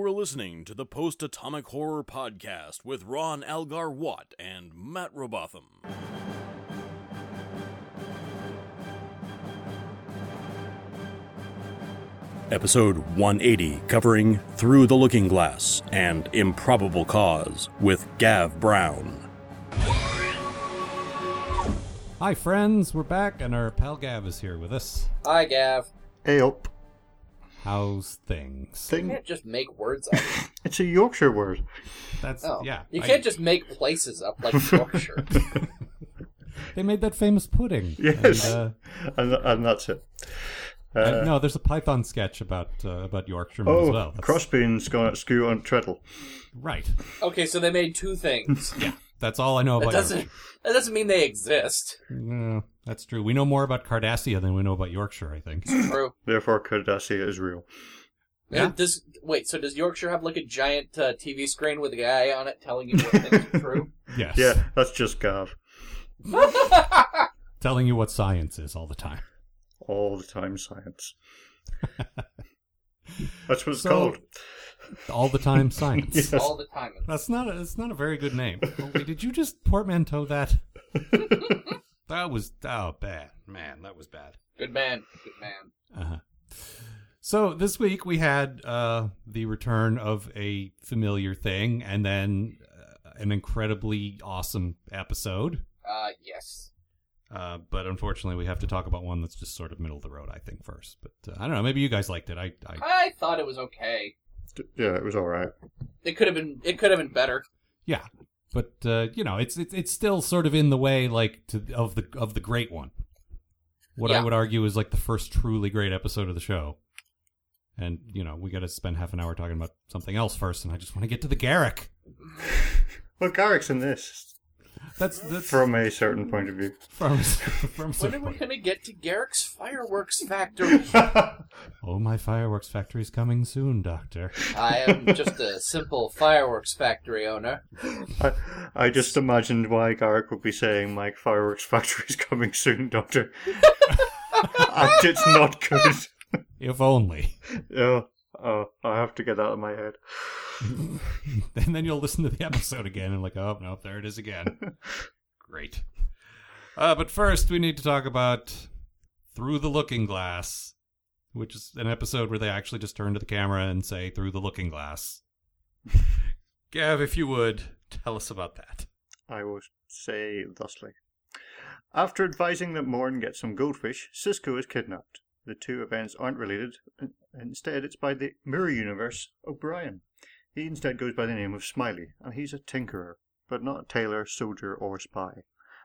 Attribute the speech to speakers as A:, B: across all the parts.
A: are listening to the Post Atomic Horror Podcast with Ron Algar Watt and Matt Robotham. Episode 180, covering Through the Looking Glass and Improbable Cause with Gav Brown.
B: Hi, friends. We're back, and our pal Gav is here with us.
C: Hi, Gav.
D: Aop.
B: How's things?
C: You
D: Thing.
C: can't just make words up.
D: It's a Yorkshire word.
B: That's
C: No.
B: yeah.
C: Oh, You
B: I-
C: can't just make places up like Yorkshire.
B: They made that famous pudding.
D: Yes.
B: And, uh,
D: And, and that's it.
B: and- no, there's a Python sketch about uh, about Yorkshiremen as
D: Oh,
B: well. That's-
D: crossbeans gone at skew on treadle.
B: Right.
C: okay, so they made two things.
B: Yeah. That's all I know
C: That
B: about.
C: doesn't that doesn't mean they exist.
B: Yorkshire. No, that's true. We know more about Cardassia than we know about Yorkshire. I think.
C: True.
D: Therefore, Cardassia is real.
B: Yeah.
C: Uh, Does wait? So does Yorkshire have like a giant uh, TV screen with a guy on it telling you what things are true?
B: Yes.
D: Yeah, that's just Gav.
B: Telling you what science is all the time.
D: All the time science. that's what it's
B: So-
D: called.
B: All the time science.
D: Yes.
C: All the time.
B: That's not. A, it's not a very good name. Oh, wait, did you just portmanteau that? that was oh bad man. That was bad.
C: Good man. Good man.
B: Uh-huh. So this week we had uh, the return of a familiar thing, and then uh, an incredibly awesome episode.
C: Uh, yes.
B: Uh, but unfortunately, we have to talk about one that's just sort of middle of the road, I think, first. But uh, I don't know. Maybe you guys liked it. I, I
C: I thought it was okay.
D: D- Yeah, it was alright.
C: It could have been. It could have been better.
B: yeah. But uh, you know, it's it's it's still sort of in the way, like to of the of the great one. What I
C: Yeah.
B: would argue is like the first truly great episode of the show. And you know, we got to spend half an hour talking about something else first, and I just want to get to the Garrick.
D: Well, Garrick's in this,
B: That's that's
D: from a certain point of view.
B: from from.
C: When are we gonna get to Garrick's fireworks factory?
B: Oh, my fireworks factory's coming soon, Doctor.
C: I am just a simple fireworks factory owner.
D: I, I just imagined why Garrick would be saying, "My fireworks factory is coming soon, Doctor," and it's not good.
B: If only.
D: Oh, oh, I have to get that out of my head.
B: and then you'll listen to the episode again and like, oh no, there it is again. Great. Uh, but first, we need to talk about Through the Looking Glass, which is an episode where they actually just turn to the camera and say, Through the Looking Glass. Gav, if you would, tell us about that.
D: I will say thusly. After advising that Morn gets some goldfish, Cisco is kidnapped. The two events aren't related. in- Instead, it's by the mirror universe, O'Brien. He instead goes by the name of Smiley, and he's a tinkerer, but not a tailor, soldier, or spy.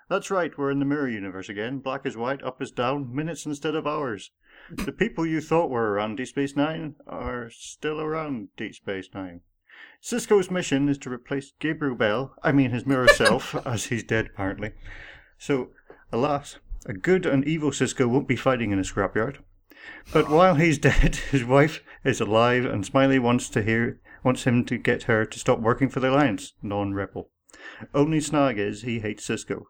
D: That's right, we're in the mirror universe again. Black is white, up is down, minutes instead of hours. The people you thought were around Deep Space Nine are still around Deep Space Nine. Cisco's mission is to replace Gabriel Bell, I mean his mirror self, as he's dead apparently. So, alas, a good and evil Cisco won't be fighting in a scrapyard. But while he's dead, his wife is alive, and Smiley wants to hear wants him to get her to stop working for the Alliance, non-rebel. Only snag is he hates Cisco.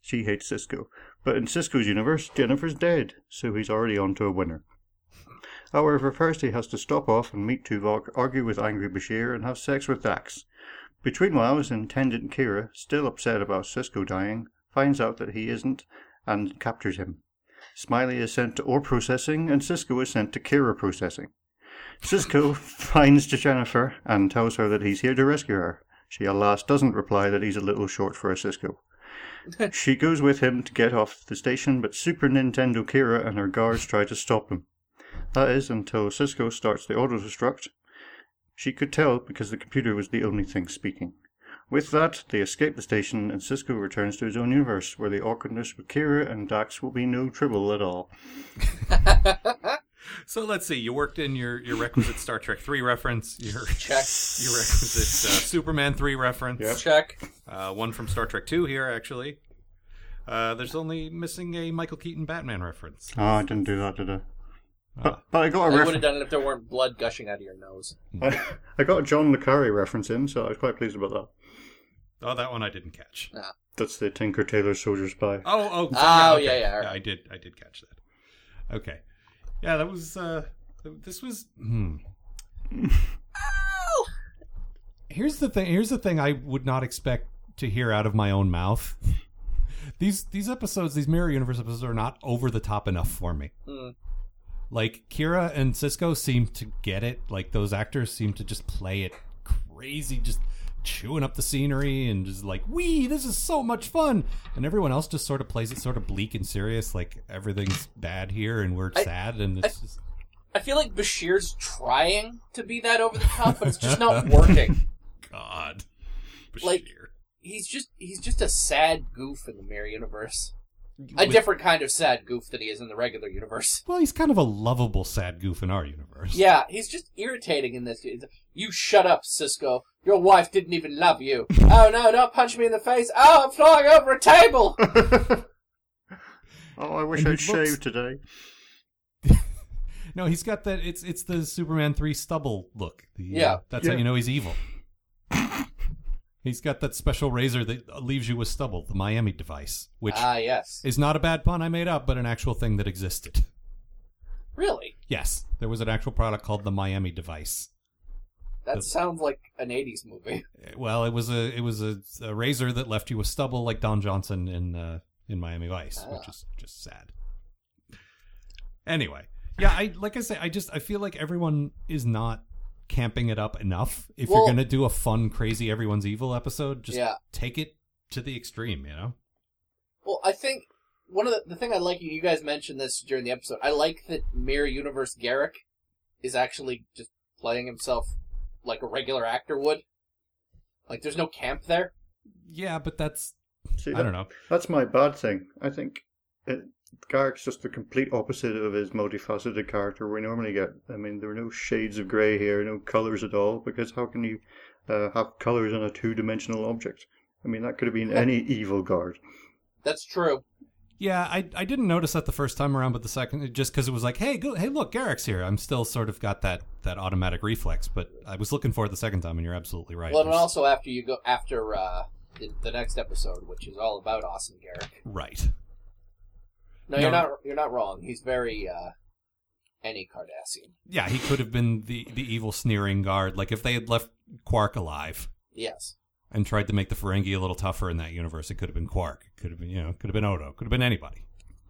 D: She hates Cisco. But in Cisco's universe, Jennifer's dead, so he's already on to a winner. However, first he has to stop off and meet Tuvok, argue with angry Bashir, and have sex with Dax. Between whiles, Intendant Kira, still upset about Cisco dying, finds out that he isn't and captures him. Smiley is sent to ore processing, and Cisco is sent to Kira processing. Cisco finds Jennifer and tells her that he's here to rescue her. She, alas, doesn't reply that he's a little short for a Cisco. she goes with him to get off the station, but Super Nintendo Kira and her guards try to stop them. That is until Cisco starts the auto destruct. She could tell because the computer was the only thing speaking. With that, they escape the station and Cisco returns to his own universe, where the awkwardness with Kira and Dax will be no trouble at all.
B: So let's see. You worked in your, your requisite Star Trek 3 reference, your,
C: Check.
B: your requisite uh, Superman 3 reference.
D: Yep.
C: Check.
B: Uh, one from Star Trek Two here, actually. Uh, there's only missing a Michael Keaton Batman reference.
D: Ah, I didn't do that, did I?
B: Ah.
D: But, but I got a
C: I would have
D: reference.
C: done it if there weren't blood gushing out of your nose.
D: I, I got a John Le Carre reference in, so I was quite pleased about that.
B: Oh, that one I didn't catch.
D: That's the Tinker Tailor Soldier Spy.
B: Oh, oh, so-
C: Oh,
B: okay.
C: yeah, yeah, all right.
B: I did, I did catch that. Okay, yeah, that was. Uh, this was. Hmm. Here's the thing. Here's the thing. I would not expect to hear out of my own mouth. These these episodes, these mirror universe episodes, are not over the top enough for me.
C: Hmm.
B: Like Kira and Cisco seem to get it. Like those actors seem to just play it crazy, just chewing up the scenery and just like, "Wee, this is so much fun!" And everyone else just sort of plays it sort of bleak and serious. Like everything's bad here, and we're
C: I-
B: sad, and it's just.
C: I feel like Bashir's trying to be that over the top, but it's just not working.
B: God.
C: Like- He's just he's just a sad goof in the mirror universe. A different kind of sad goof than he is in the regular universe.
B: well, he's kind of a lovable sad goof in our universe.
C: Yeah, he's just irritating in this. You shut up, Cisco. Your wife didn't even love you. oh no, don't punch me in the face. Oh, I'm flying over a table.
D: Oh, I wish
B: And he
D: I'd
B: looks-
D: shaved today.
B: No, he's got that. It's it's the Superman three stubble look. The, uh,
C: Yeah.
B: that's how
D: Yeah.
B: you know he's evil. he's got that special razor that leaves you with stubble, the Miami device, which
C: Ah, yes.
B: is not a bad pun I made up, but an actual thing that existed.
C: Really?
B: Yes, there was an actual product called the Miami device.
C: That
B: That's-
C: sounds like an 80s movie.
B: Well, it was a it was a, a razor that left you with stubble, like Don Johnson in uh, in Miami Vice, which
C: Ah.
B: is just sad. Anyway, yeah, I like I say, I just I feel like everyone is not camping it up enough. If
C: Well-
B: you're gonna do a fun, crazy, everyone's evil episode, just
C: Yeah.
B: take it to the extreme, you know.
C: Well, I think one of the, the thing I like, you guys mentioned this during the episode, I like that Mirror Universe Garrick is actually just playing himself like a regular actor would. Like, there's no camp there.
B: Yeah, but that's
D: See,
B: I don't know.
D: That's my bad thing. I think it, Garrick's just the complete opposite of his multifaceted character we normally get. I mean, there are no shades of grey here, no colours at all, because how can you uh, have colours on a two dimensional object? I mean, that could have been any evil guard.
C: That's true.
B: Yeah, I I didn't notice that the first time around, but the second just because it was like, hey, go, hey, look, Garrick's here. I'm still sort of got that that automatic reflex, but I was looking for it the second time, and you're absolutely right.
C: well, and
B: There's-
C: also after you go after uh, the, the next episode, which is all about Austin Garrick.
B: Right.
C: No, you're
B: No.
C: not. You're not wrong. He's very uh, any Cardassian.
B: Yeah, he could have been the the evil sneering guard. Like if they had left Quark alive
C: Yes.
B: and tried to make the Ferengi a little tougher in that universe, it could have been Quark. It could have been you know, could have been Odo. Could have been anybody.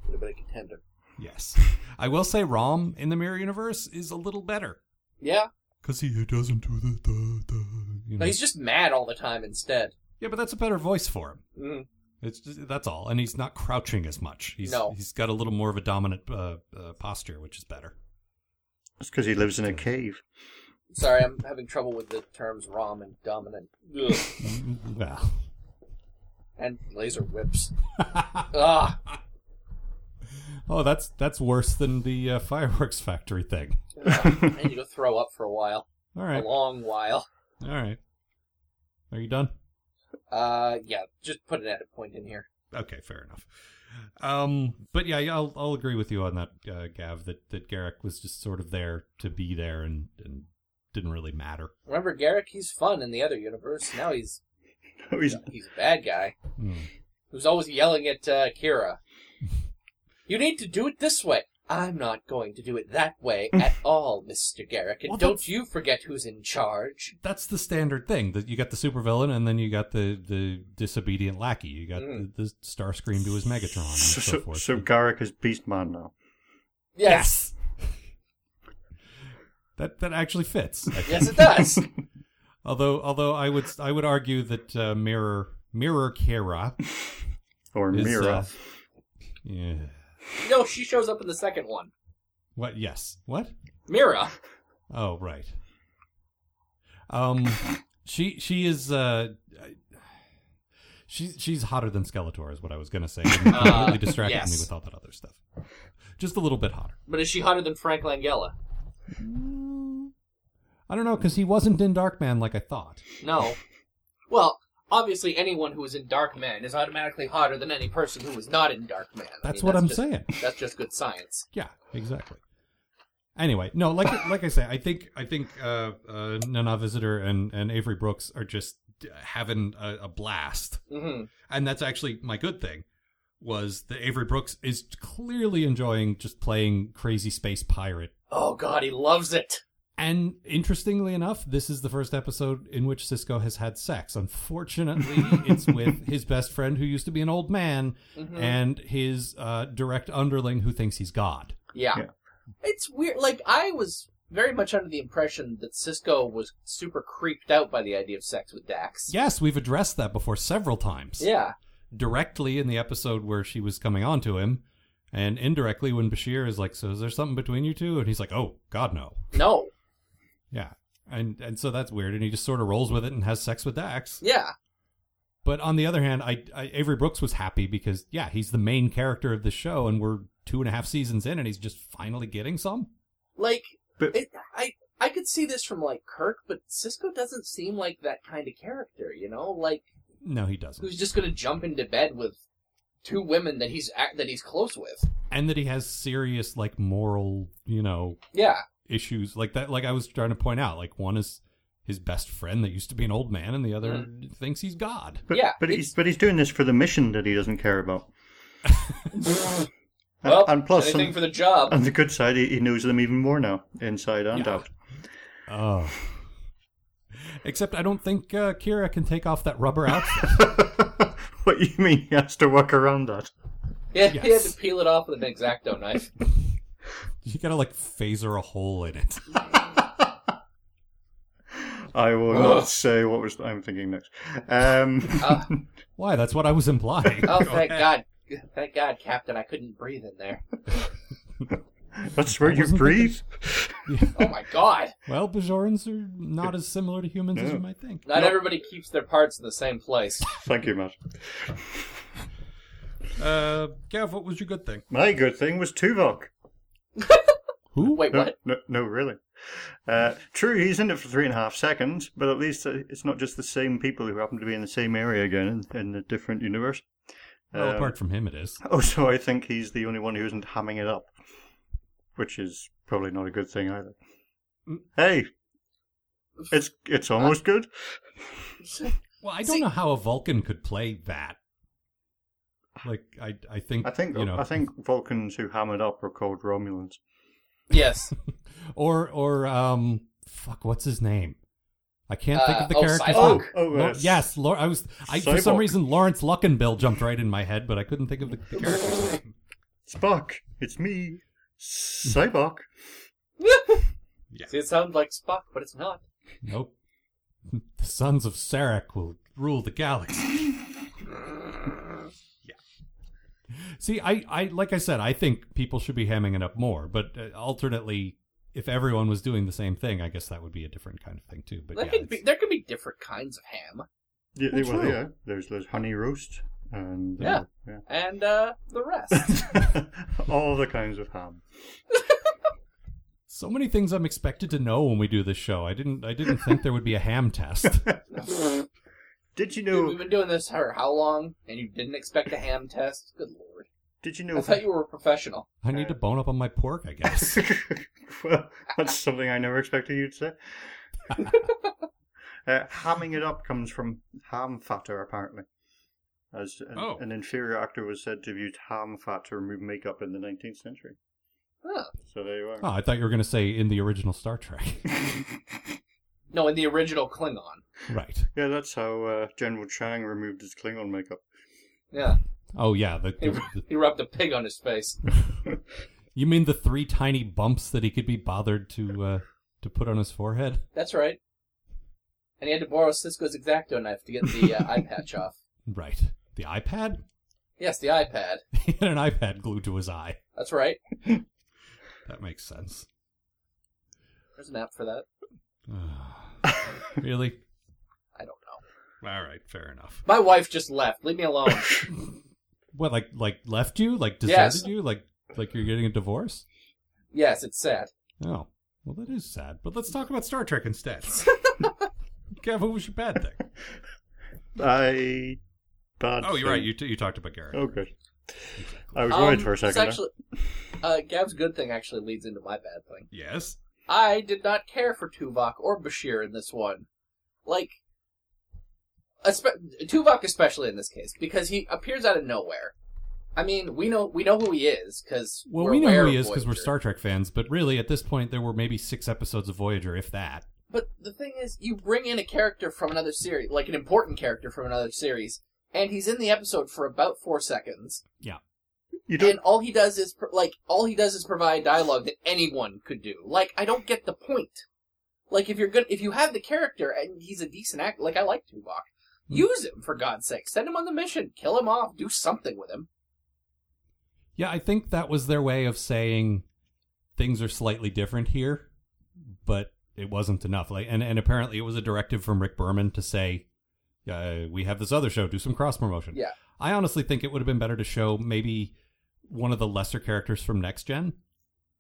C: Would have been a contender.
B: Yes. I will say Rom in the mirror universe is a little better
C: Yeah.
B: because he doesn't do the the, the you
C: No,
B: know.
C: he's just mad all the time instead.
B: Yeah, but that's a better voice for him.
C: Mm.
B: It's just, that's all, and he's not crouching as much. He's
C: No.
B: he's got a little more of a dominant uh, uh, posture, which is better.
D: That's because he lives in a cave.
C: Sorry, I'm having trouble with the terms ROM and dominant. Ugh.
B: well,
C: And laser whips. Ugh.
B: oh, that's that's worse than the uh, fireworks factory thing.
C: I need to throw up for a while.
B: All right,
C: A long while.
B: all right. Are you done?
C: Uh, yeah, just put an edit point in here.
B: Okay, fair enough. Um, but yeah, yeah, I'll I'll agree with you on that, uh, Gav. That that Garrick was just sort of there to be there and and didn't really matter.
C: Remember Garrick? He's fun in the other universe. Now he's
D: Oh, He's-
C: he's a bad guy
B: Hmm.
C: who's always yelling at uh, Kira. You need to do it this way. I'm not going to do it that way at all, Mr. Garrick. And
B: Well,
C: don't
B: that's-
C: you forget who's in charge.
B: that's the standard thing that you got the supervillain and then you got the the disobedient lackey you got
C: Mm.
B: the, the star scream to his megatron and so,
D: So, so,
B: forth
D: so Garrick is Beastman now.
C: Yes.
B: that that actually fits I think.
C: Yes, it does.
B: although although i would i would argue that uh, mirror mirror kara
D: Or
B: is
D: Mira.
B: uh, yeah
C: no, she shows up in the second one.
B: what yes what
C: Mira.
B: Oh right. Um, she she is uh, she's she's hotter than Skeletor is what I was gonna say. It completely distracted
C: yes.
B: me with all that other stuff. Just a little bit hotter.
C: But is she hotter than Frank Langella?
B: I don't know because he wasn't in Darkman like I thought.
C: No. Well, obviously, anyone who is in Dark Man is automatically hotter than any person who is not in Dark Man. I
B: That's
C: mean,
B: what I'm
C: just-
B: saying.
C: That's just good science.
B: Yeah, exactly. Anyway, no, like like I say, I think I think uh, uh, Nana Visitor and and Avery Brooks are just having a, a blast.
C: hmm
B: and that's actually my good thing was that Avery Brooks is clearly enjoying just playing crazy space pirate
C: Oh God, he loves it.
B: And interestingly enough, this is the first episode in which Cisco has had sex. Unfortunately, it's with his best friend who used to be an old man
C: Mhm.
B: and his uh, direct underling who thinks he's God.
C: Yeah.
D: Yeah.
C: It's weird. Like, I was very much under the impression that Cisco was super creeped out by the idea of sex with Dax.
B: Yes, we've addressed that before several times.
C: Yeah.
B: Directly in the episode where she was coming on to him, and indirectly when Bashir is like, So is there something between you two? And he's like, Oh, God, no.
C: No.
B: Yeah. And, and so that's weird. And he just sort of rolls with it and has sex with Dax.
C: Yeah.
B: But on the other hand, I, I Avery Brooks was happy because yeah, he's the main character of the show, and we're two and a half seasons in, and he's just finally getting some.
C: Like,
D: But-
C: it, I I could see this from like Kirk, but Cisco doesn't seem like that kind of character. You know, like
B: No, he doesn't,
C: who's just gonna jump into bed with two women that he's ac that he's close with.
B: and that he has serious like moral, you know,
C: Yeah.
B: issues like that. Like I was trying to point out, like one is his best friend that used to be an old man, and the other thinks he's God.
D: But,
C: Yeah,
D: but
C: it's-
D: he's but he's doing this for the mission that he doesn't care about. And,
C: well,
D: and plus,
C: anything
D: on,
C: for the job.
D: on the good side, he, he knows them even more now, inside and
B: Yeah.
D: out.
B: Oh. Except I don't think uh, Kira can take off that rubber outfit.
D: what you mean? He has to work around that.
C: yeah, he had
B: yes.
C: to peel it off with an exacto knife.
B: you gotta like phaser a hole in it.
D: I will
C: Ugh.
D: not say what was I'm thinking next. Um,
C: Ah.
B: Why? That's what I was implying.
C: Oh,
B: Go
C: thank
B: ahead.
C: God. Thank God, Captain, I couldn't breathe in there.
D: that's where
B: I
D: you
B: wasn't
D: breathe.
C: Oh my God.
B: Well, Bajorans are not as similar to humans as
D: Yeah.
B: you might think.
C: Not everybody keeps their parts in the same place.
D: Thank you, Matt.
B: Uh, Gav, what was your good thing?
D: My good thing was Tuvok.
B: Who?
C: Wait,
D: No,
C: what?
D: no, no, really. Uh, true, he's in it for three and a half seconds, but at least uh, it's not just the same people who happen to be in the same area again in, in a different universe.
B: Well,
D: Um,
B: Oh, apart from him, it is.
D: Also, I think he's the only one who isn't hamming it up, which is probably not a good thing either. Hey, it's it's almost good.
B: Well, I don't
C: See-
B: know how a Vulcan could play that. Like, I, I think,
D: I think
B: you know,
D: I think Vulcans who ham it up are called Romulans.
C: Yes.
B: or or um, fuck, what's his name? I can't think
C: Uh,
B: of the
C: oh,
B: character.
C: Cyborg?
D: Oh, oh, uh,
B: yes, Lor- I was. I, for some
D: Cyborg.
B: reason, Lawrence Luckenbill jumped right in my head, but I couldn't think of the, the character's name.
D: Spock, it's me, Cyborg.
B: Yeah.
C: See, it sounds like Spock, but it's not.
B: Nope. The sons of Sarek will rule the galaxy. yeah. See, I, I, like I said, I think people should be hamming it up more. But uh, alternately, if everyone was doing the same thing, I guess that would be a different kind of thing too. But
C: There,
B: yeah,
C: could be,
B: it's-
C: there could be different kinds of ham.
D: Yeah,
B: Well,
D: well,
B: true.
D: yeah. There's there's honey roast and uh, yeah.
C: And uh, the rest.
D: All the kinds of ham.
B: so many things I'm expected to know when we do this show. I didn't, I didn't think there would be a ham test.
D: Did you
C: Dude, we've
D: know?
C: been doing this for how long, and you didn't expect a ham test? Good lord.
D: Did you
C: I
D: know?
C: thought you were a professional.
B: I need to bone up on my pork, I guess.
D: well, that's something I never expected you to say. uh, hamming it up comes from ham fatter, apparently. As an,
B: Oh.
D: an inferior actor was said to have used ham fat to remove makeup in the 19th century.
C: Huh.
D: So there you are.
B: oh, I thought you were going to say in the original Star Trek.
C: No, in the original Klingon.
B: right.
D: Yeah, that's how uh, General Chang removed his Klingon makeup.
C: Yeah.
B: Oh yeah, the,
C: He,
B: the, the
C: he rubbed a pig on his face.
B: You mean the three tiny bumps that he could be bothered to uh, to put on his forehead?
C: That's right. And he had to borrow Cisco's exacto knife to get the uh, eye patch off.
B: Right. The iPad?
C: Yes, the iPad.
B: He had an iPad glued to his eye.
C: That's right.
B: That makes sense.
C: There's an app for that.
B: really?
C: I don't know.
B: All right, fair enough.
C: My wife just left. Leave me alone.
B: What like like left you? Like deserted
C: Yes.
B: you? Like like you're getting a divorce?
C: yes, it's sad.
B: Oh. Well that is sad. But let's talk about Star Trek instead. Kev, what was your bad thing?
D: I. Bad
B: Oh, you're right.
D: thing.
B: You t- you talked about Garrett.
D: Oh, good. I was
C: Um,
D: worried for a
C: it's
D: second. there.
C: Actually, uh, Gav's good thing actually leads into my bad thing.
B: Yes.
C: I did not care for Tuvok or Bashir in this one. Like, espe- Tuvok especially in this case, because he appears out of nowhere. I mean, we know we know who he is because
B: Well,
C: we're
B: we know
C: aware
B: who he
C: of
B: is because we're
C: Voyager.
B: Star Trek fans, but really at this point there were maybe six episodes of Voyager, if that.
C: But the thing is, you bring in a character from another series, like an important character from another series, and he's in the episode for about four seconds,
D: You don't.
C: and all he does is pro- like all he does is provide dialogue that anyone could do. Like, I don't get the point. Like, if you're good, if you have the character and he's a decent actor, like I like Tuvok,
B: Hmm.
C: use him for God's sake. Send him on the mission, kill him off, do something with him.
B: Yeah, I think that was their way of saying things are slightly different here, but it wasn't enough. Like, and and apparently it was a directive from Rick Berman to say, uh, "We have this other show, do some cross promotion."
C: Yeah.
B: I honestly think it would have been better to show maybe one of the lesser characters from Next Gen.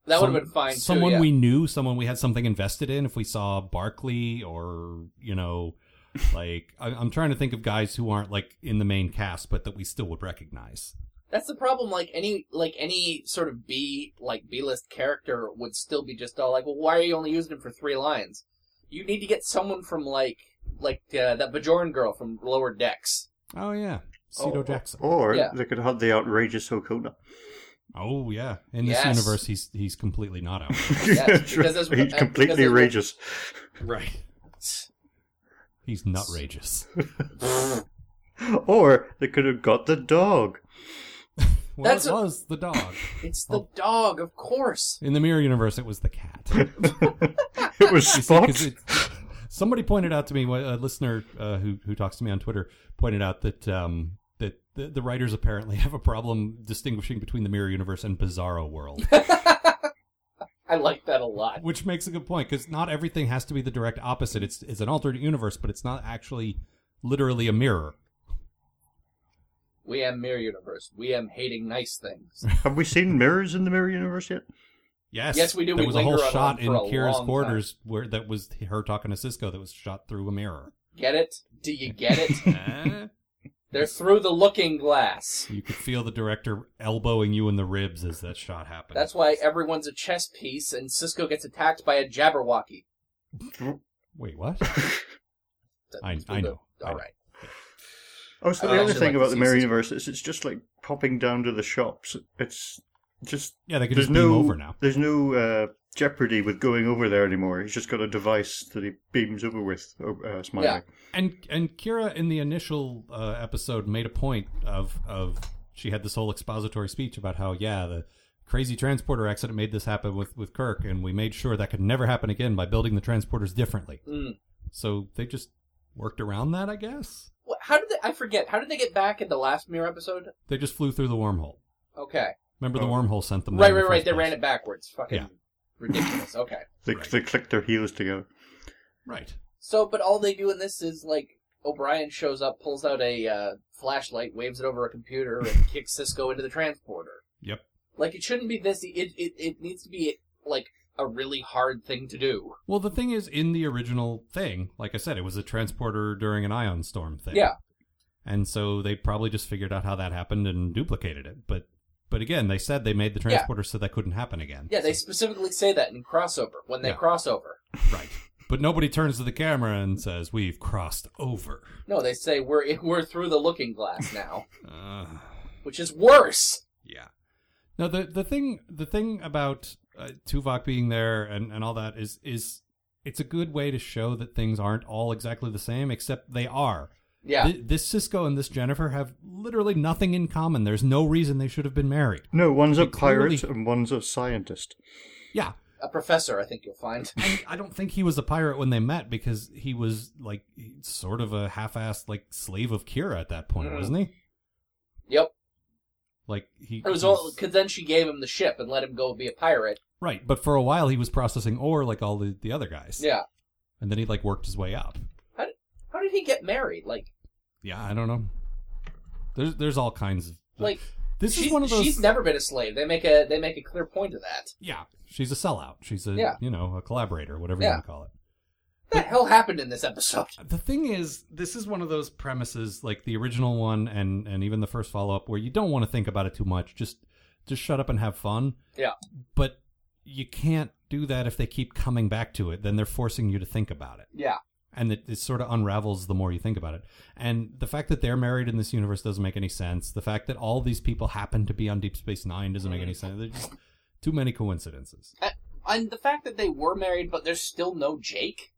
C: That would
B: Some-
C: have been fine. too,
B: Someone
C: yeah.
B: we knew, someone we had something invested in. If we saw Barkley or you know, like I, I'm trying to think of guys who aren't like in the main cast, but that we still would recognize.
C: That's the problem. Like any, like any sort of B, like B list character would still be just all like, well, why are you only using him for three lines? You need to get someone from like, like uh, that Bajoran girl from Lower Decks.
B: Oh yeah, Cito
C: Oh,
B: Jackson.
D: Or
C: Yeah.
D: they could have the outrageous Hokona.
B: Oh yeah, in this
C: Yes.
B: universe, he's he's completely not out.
C: Yes, because there's-
D: He's
C: uh,
D: completely
C: because there's-
D: outrageous.
B: right. He's nutrageous.
D: Or they could have got the dog.
B: Well,
C: That's
B: it
C: a-
B: was the dog.
C: It's the
B: Oh.
C: dog, of course.
B: In the mirror universe, it was the cat.
D: It was
B: You see, 'cause
D: Spot.
B: it's- somebody pointed out to me, a listener uh, who who talks to me on Twitter pointed out that um, that the, the writers apparently have a problem distinguishing between the mirror universe and Bizarro world,
C: I like that a lot.
B: which makes a good point because not everything has to be the direct opposite. It's it's an alternate universe, but it's not actually literally a mirror.
C: We am mirror universe. We am hating nice things.
D: Have we seen mirrors in the mirror universe yet?
B: Yes,
C: Yes, we do.
B: There
C: We
B: was a whole
C: linger on
B: shot
C: one
B: in
C: for a
B: Kira's
C: long
B: quarters where that was her talking to Cisco that was shot through a mirror.
C: Get it? Do you get it?
B: Eh?
C: They're through the looking glass.
B: you could feel the director elbowing you in the ribs as that shot happened.
C: That's why everyone's a chess piece, and Cisco gets attacked by a Jabberwocky.
D: Oh,
B: Wait, what? I-
C: That's
B: I
C: what
B: know.
C: the-
B: I
C: All
B: know.
C: right.
D: Oh, so
C: I'd
D: the other
C: actually
D: thing
C: like
D: about
C: to
D: the
C: see
D: mirror
C: some-
D: universe is it's just like popping down to the shops. It's just
B: Yeah, they could
D: there's
B: just beam
D: no
B: over now.
D: there's no uh, jeopardy with going over there anymore. He's just got a device that he beams over with. Uh, smiling.
C: Yeah.
B: And and Kira in the initial uh, episode made a point of of she had this whole expository speech about how yeah the crazy transporter accident made this happen with with Kirk and we made sure that could never happen again by building the transporters differently.
C: Mm.
B: So they just worked around that, I guess.
C: Wha- How did they? I forget. How did they get back in the last mirror episode?
B: They just flew through the wormhole.
C: Okay,
B: Remember the
D: Oh.
B: wormhole sent them.
C: right,
B: there in the
C: right, right.
B: first
C: They
B: place.
C: ran it backwards. Fucking
B: Yeah.
C: ridiculous. Okay,
D: They
B: Right.
D: they click their heels together.
B: Right.
C: so but all they do in this is like O'Brien shows up, pulls out a uh, flashlight, waves it over a computer, and kicks Cisco into the transporter.
B: Yep.
C: Like it shouldn't be this. It it it needs to be like a really hard thing to do.
B: Well, the thing is, in the original thing, like I said, it was a transporter during an ion storm thing.
C: Yeah.
B: And so they probably just figured out how that happened and duplicated it. But but again, they said they made the
C: Yeah.
B: transporter so that couldn't happen again.
C: Yeah, they
B: So-
C: specifically say that in crossover when they
B: Yeah.
C: cross over.
B: right. But nobody turns to the camera and says, "We've crossed over."
C: No, they say we're we're through the looking glass now,
B: Uh,
C: which is worse.
B: yeah. No, the the thing the thing about uh, Tuvok being there and and all that is is it's a good way to show that things aren't all exactly the same, except they are.
C: Yeah.
B: Th- this Cisco and this Jennifer have literally nothing in common. There's no reason they should have been married.
D: No, one's a
B: They clearly-
D: pirate and one's a scientist.
B: Yeah.
C: a professor, I think you'll find.
B: And I don't think he was a pirate when they met because he was like sort of a half-assed like slave of Kira at that point,
C: Mm.
B: wasn't he?
C: Yep.
B: Like he
C: It was
B: he
C: all because then she gave him the ship and let him go be a pirate.
B: right, but for a while he was processing ore like all the, the other guys.
C: Yeah.
B: And then he like worked his way up.
C: How did he get married? Like,
B: Yeah, I don't know. There's there's all kinds of
C: like
B: this
C: she's-
B: is one of those
C: She's never been a slave. They make a they make a clear point of that.
B: Yeah, she's a sellout. She's a
C: Yeah.
B: you know, a collaborator, whatever you
C: Yeah.
B: want to call it.
C: What the hell happened in this episode?
B: The thing is, this is one of those premises, like the original one and and even the first follow up, where you don't want to think about it too much. Just just shut up and have fun.
C: Yeah.
B: But you can't do that if they keep coming back to it. Then they're forcing you to think about it.
C: Yeah,
B: and it, it sort of unravels the more you think about it. And the fact that they're married in this universe doesn't make any sense. The fact that all these people happen to be on Deep Space Nine doesn't make any sense. There's just too many coincidences.
C: And the fact that they were married, but there's still no Jake.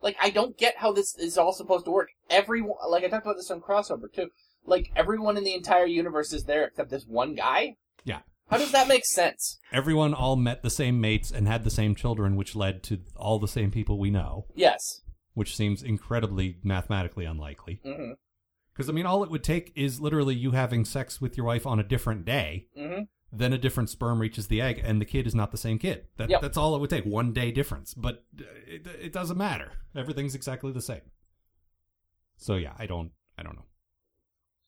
C: Like, I don't get how this is all supposed to work. Everyone, like, I talked about this on crossover too. Like, everyone in the entire universe is there except this one guy.
B: Yeah.
C: How does that make sense?
B: Everyone all met the same mates and had the same children, which led to all the same people we know,
C: Yes.
B: which seems incredibly mathematically unlikely.
C: hmm
B: Because I mean, all it would take is literally you having sex with your wife on a different day.
C: hmm
B: then a different sperm reaches the egg and the kid is not the same kid that,
C: Yep.
B: that's all it would take one day difference but uh, it, it doesn't matter everything's exactly the same so yeah i don't i don't know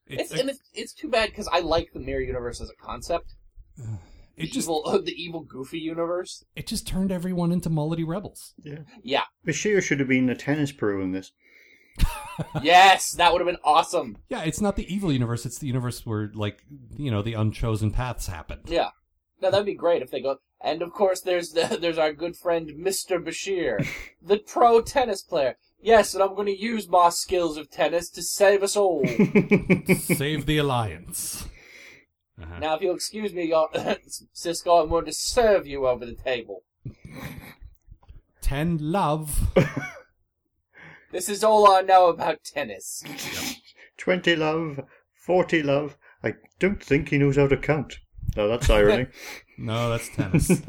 C: It's,
B: It's-
C: and it's, it's too bad because I like the mirror universe as a concept. The
B: it just
C: evil, uh, the evil goofy universe.
B: it just turned everyone into mullety rebels
D: Yeah.
C: Yeah.
D: Bashir should have been a tennis pro in this.
C: yes, that would have been awesome.
B: yeah it's not the evil universe it's the universe where like you know the unchosen paths happen
C: Yeah. No, that'd be great if they go. And of course, there's the, there's our good friend Mr. Bashir, the pro tennis player. Yes, and I'm going to use my skills of tennis to save us all.
B: save the alliance uh-huh.
C: now, if you'll excuse me, y'all, Cisco, I'm going to serve you over the table.
B: 10 love
C: This is all I know about tennis.
D: 20 love, 40 love. I don't think he knows how to count. No, that's irony.
B: no that's tennis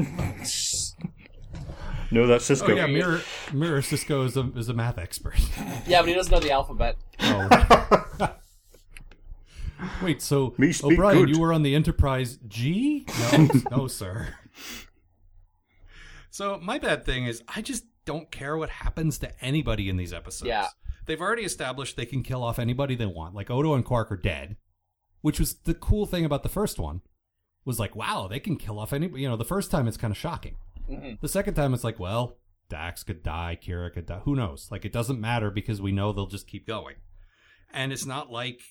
D: no, that's
B: oh
D: Cisco.
B: yeah mirror mirror cisco is a, is a math expert
C: Yeah, but he doesn't know the alphabet.
B: Oh. Wait, so
D: Me speak
B: O'Brien,
D: good.
B: you were on the Enterprise G? No, no, sir. So my bad thing is I just don't care what happens to anybody in these episodes.
C: Yeah.
B: They've already established they can kill off anybody they want. Like Odo and Quark are dead, which was the cool thing about the first one. Was like, wow, they can kill off anybody. You know, the first time it's kind of shocking.
C: Mhm.
B: The second time it's like, well, Dax could die, Kira could die. Who knows? Like, it doesn't matter because we know they'll just keep going. And it's not like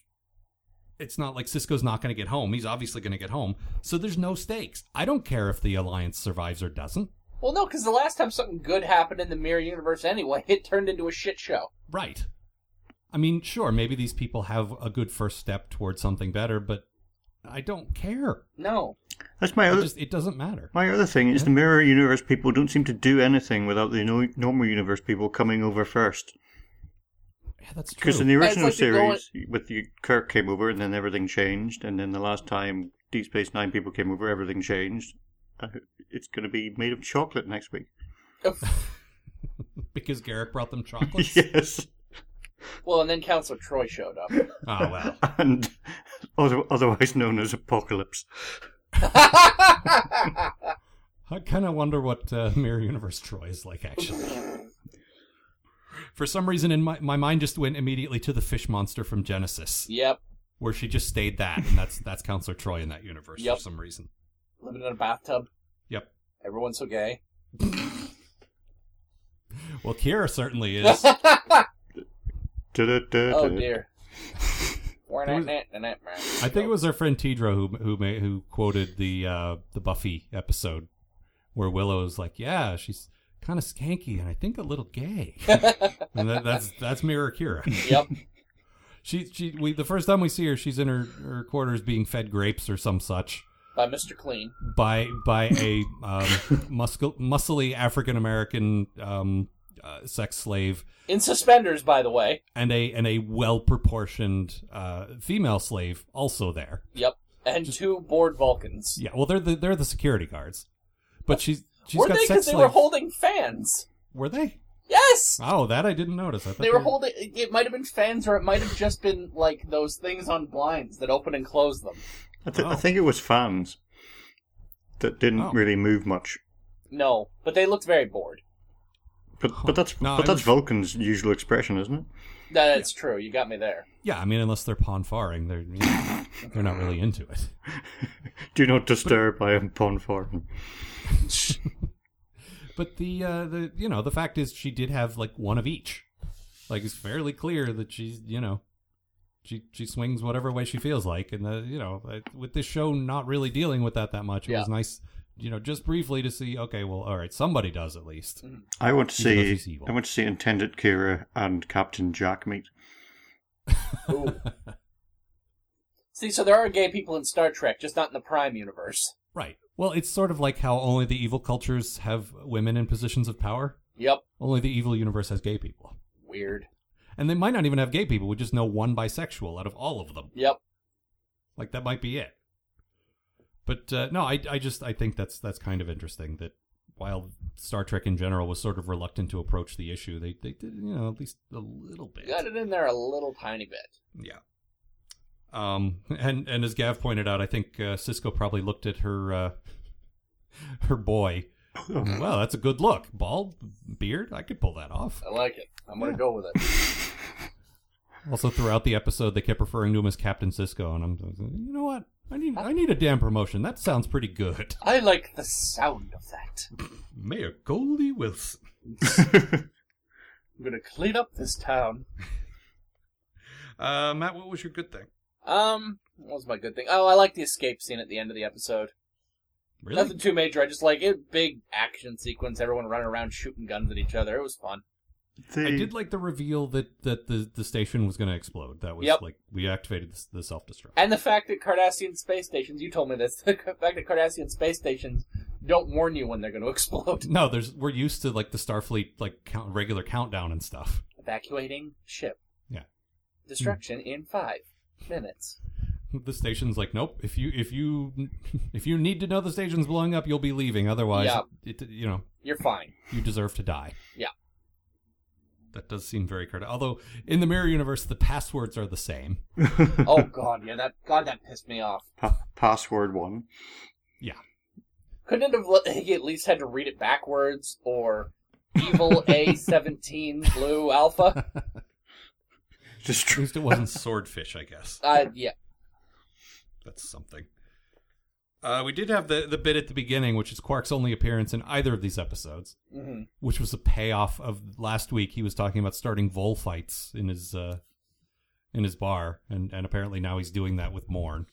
B: it's not like Cisco's not going to get home. He's obviously going to get home. So there's no stakes. I don't care if the alliance survives or doesn't.
C: Well, no, because the last time something good happened in the mirror universe anyway, it turned into a shit show.
B: Right. I mean, sure, maybe these people have a good first step towards something better, but I don't care.
C: No.
D: That's my
B: It
D: other.
B: just it doesn't matter.
D: My other thing is the mirror universe people don't seem to do anything without the no- normal universe people coming over first.
B: Yeah, that's true.
D: Because in the
C: That's
D: original
C: like the going-
D: series, with the Kirk came over, and then everything changed, and then the last time Deep Space Nine people came over, everything changed. Uh, It's going to be made of chocolate next week.
B: because Garrick brought them chocolates.
D: yes,
C: Well, and then Counselor Troy showed up.
B: Oh well.
D: and other- otherwise known as Apocalypse.
B: I kind of wonder what uh, Mirror Universe Troy is like, actually. For some reason, in my, my mind just went immediately to the fish monster from Genesis,
C: yep.
B: where she just stayed that, and that's that's Counselor Troy in that universe
C: Yep.
B: for some reason.
C: Living in a bathtub.
B: Yep.
C: Everyone's so gay.
B: Well, Kira certainly is.
D: Da-da-da-da.
C: Oh dear.
B: was- I
C: I
B: think it was our friend Tidra who who ma- who quoted the uh, the Buffy episode where Willow's like, "Yeah, she's kind of skanky and I think a little gay," and that, that's that's Mirror Kira.
C: Yep.
B: She she we the first time we see her, she's in her, her quarters being fed grapes or some such
C: By Mr. Clean.
B: by by a um, muscle muscly African American um, uh, sex slave
C: In suspenders, by the way.
B: and a and a well proportioned uh, female slave also there.
C: Yep. And two bored Vulcans.
B: Yeah, well they're the they're the security guards, but she's she's
C: were
B: got
C: they?
B: sex
C: Because they
B: slaves.
C: were holding fans.
B: Were they?
C: Yes.
B: Oh, that I didn't notice. I thought
C: They were holding. It might have been fans, or it might have just been like those things on blinds that open and close them.
D: I, th-
B: Oh.
D: I think it was fans that didn't
B: Oh.
D: really move much.
C: No, but they looked very bored.
D: But but that's
B: No,
D: but
B: it
D: that's
B: was-
D: Vulcan's usual expression, isn't it?
C: That's true. You got me there.
B: Yeah, I mean unless they're ponfaring, they're you know, they're not really into it.
D: Do not disturb. I am upon farm.
B: But the uh, the you know the fact is she did have like one of each. Like it's fairly clear that she's you know she she swings whatever way she feels like, and the, you know uh, with this show not really dealing with that that much, it
C: Yeah.
B: was nice you know, just briefly to see. Okay, well, all right, somebody does at least.
D: I want to
B: Even though
D: see.
B: he's evil.
D: I want to see Intendant Kira and Captain Jack meet.
C: Ooh. See, so there are gay people in Star Trek, just not in the Prime universe.
B: Right. Well, it's sort of like how only the evil cultures have women in positions of power.
C: Yep.
B: Only the evil universe has gay people.
C: Weird.
B: And they might not even have gay people. We just know one bisexual out of all of them.
C: Yep.
B: Like that might be it. But uh, no, I, I just I think that's that's kind of interesting that while Star Trek in general was sort of reluctant to approach the issue, they they did you know at least a little bit.
C: Got it in there a little tiny bit.
B: Yeah. Um, and and as Gav pointed out, I think uh, Cisco probably looked at her uh, her boy. Well, that's a good look. Bald beard, I could pull that off.
C: I like it. I'm gonna
B: Yeah.
C: go with it.
B: Also, throughout the episode, they kept referring to him as Captain Cisco, and I'm, you know what? I need I need a damn promotion. That sounds pretty good.
C: I like the sound of that.
B: Mayor Goldie Wilson.
C: I'm gonna clean up this town.
B: Uh, Matt, what was your good thing?
C: Um, what was my good thing? Oh, I like the escape scene at the end of the episode.
B: Really?
C: Nothing too major. I just like it. Big action sequence. Everyone running around shooting guns at each other. It was fun.
D: The,
B: I did like the reveal that that the the station was going to explode. That was
C: Yep.
B: like we activated the, the self destruct.
C: And the fact that Cardassian space stations, you told me this, the fact that Cardassian space stations don't warn you when they're going to explode.
B: No, there's we're used to like the Starfleet like count, regular countdown and stuff.
C: Evacuating ship.
B: Yeah.
C: Destruction in five minutes.
B: The station's like, nope. If you if you if you need to know the station's blowing up, you'll be leaving. Otherwise,
C: Yeah.
B: it, you know
C: You're fine.
B: you deserve to die.
C: Yeah.
B: That does seem very correct. Although in the mirror universe, the passwords are the same.
C: Oh god, yeah, that god that pissed me off.
D: Pa- password one.
C: Couldn't it have let- he at least had to read it backwards or evil A seventeen blue alpha?
D: Just
B: At
D: tr-
B: least it wasn't swordfish, I guess.
C: Uh, yeah.
B: That's something. Uh, we did have the the bit at the beginning, which is Quark's only appearance in either of these episodes.
C: hmm
B: which was a payoff of last week. He was talking about starting vol fights in his uh, in his bar, and and apparently now he's doing that with Morn,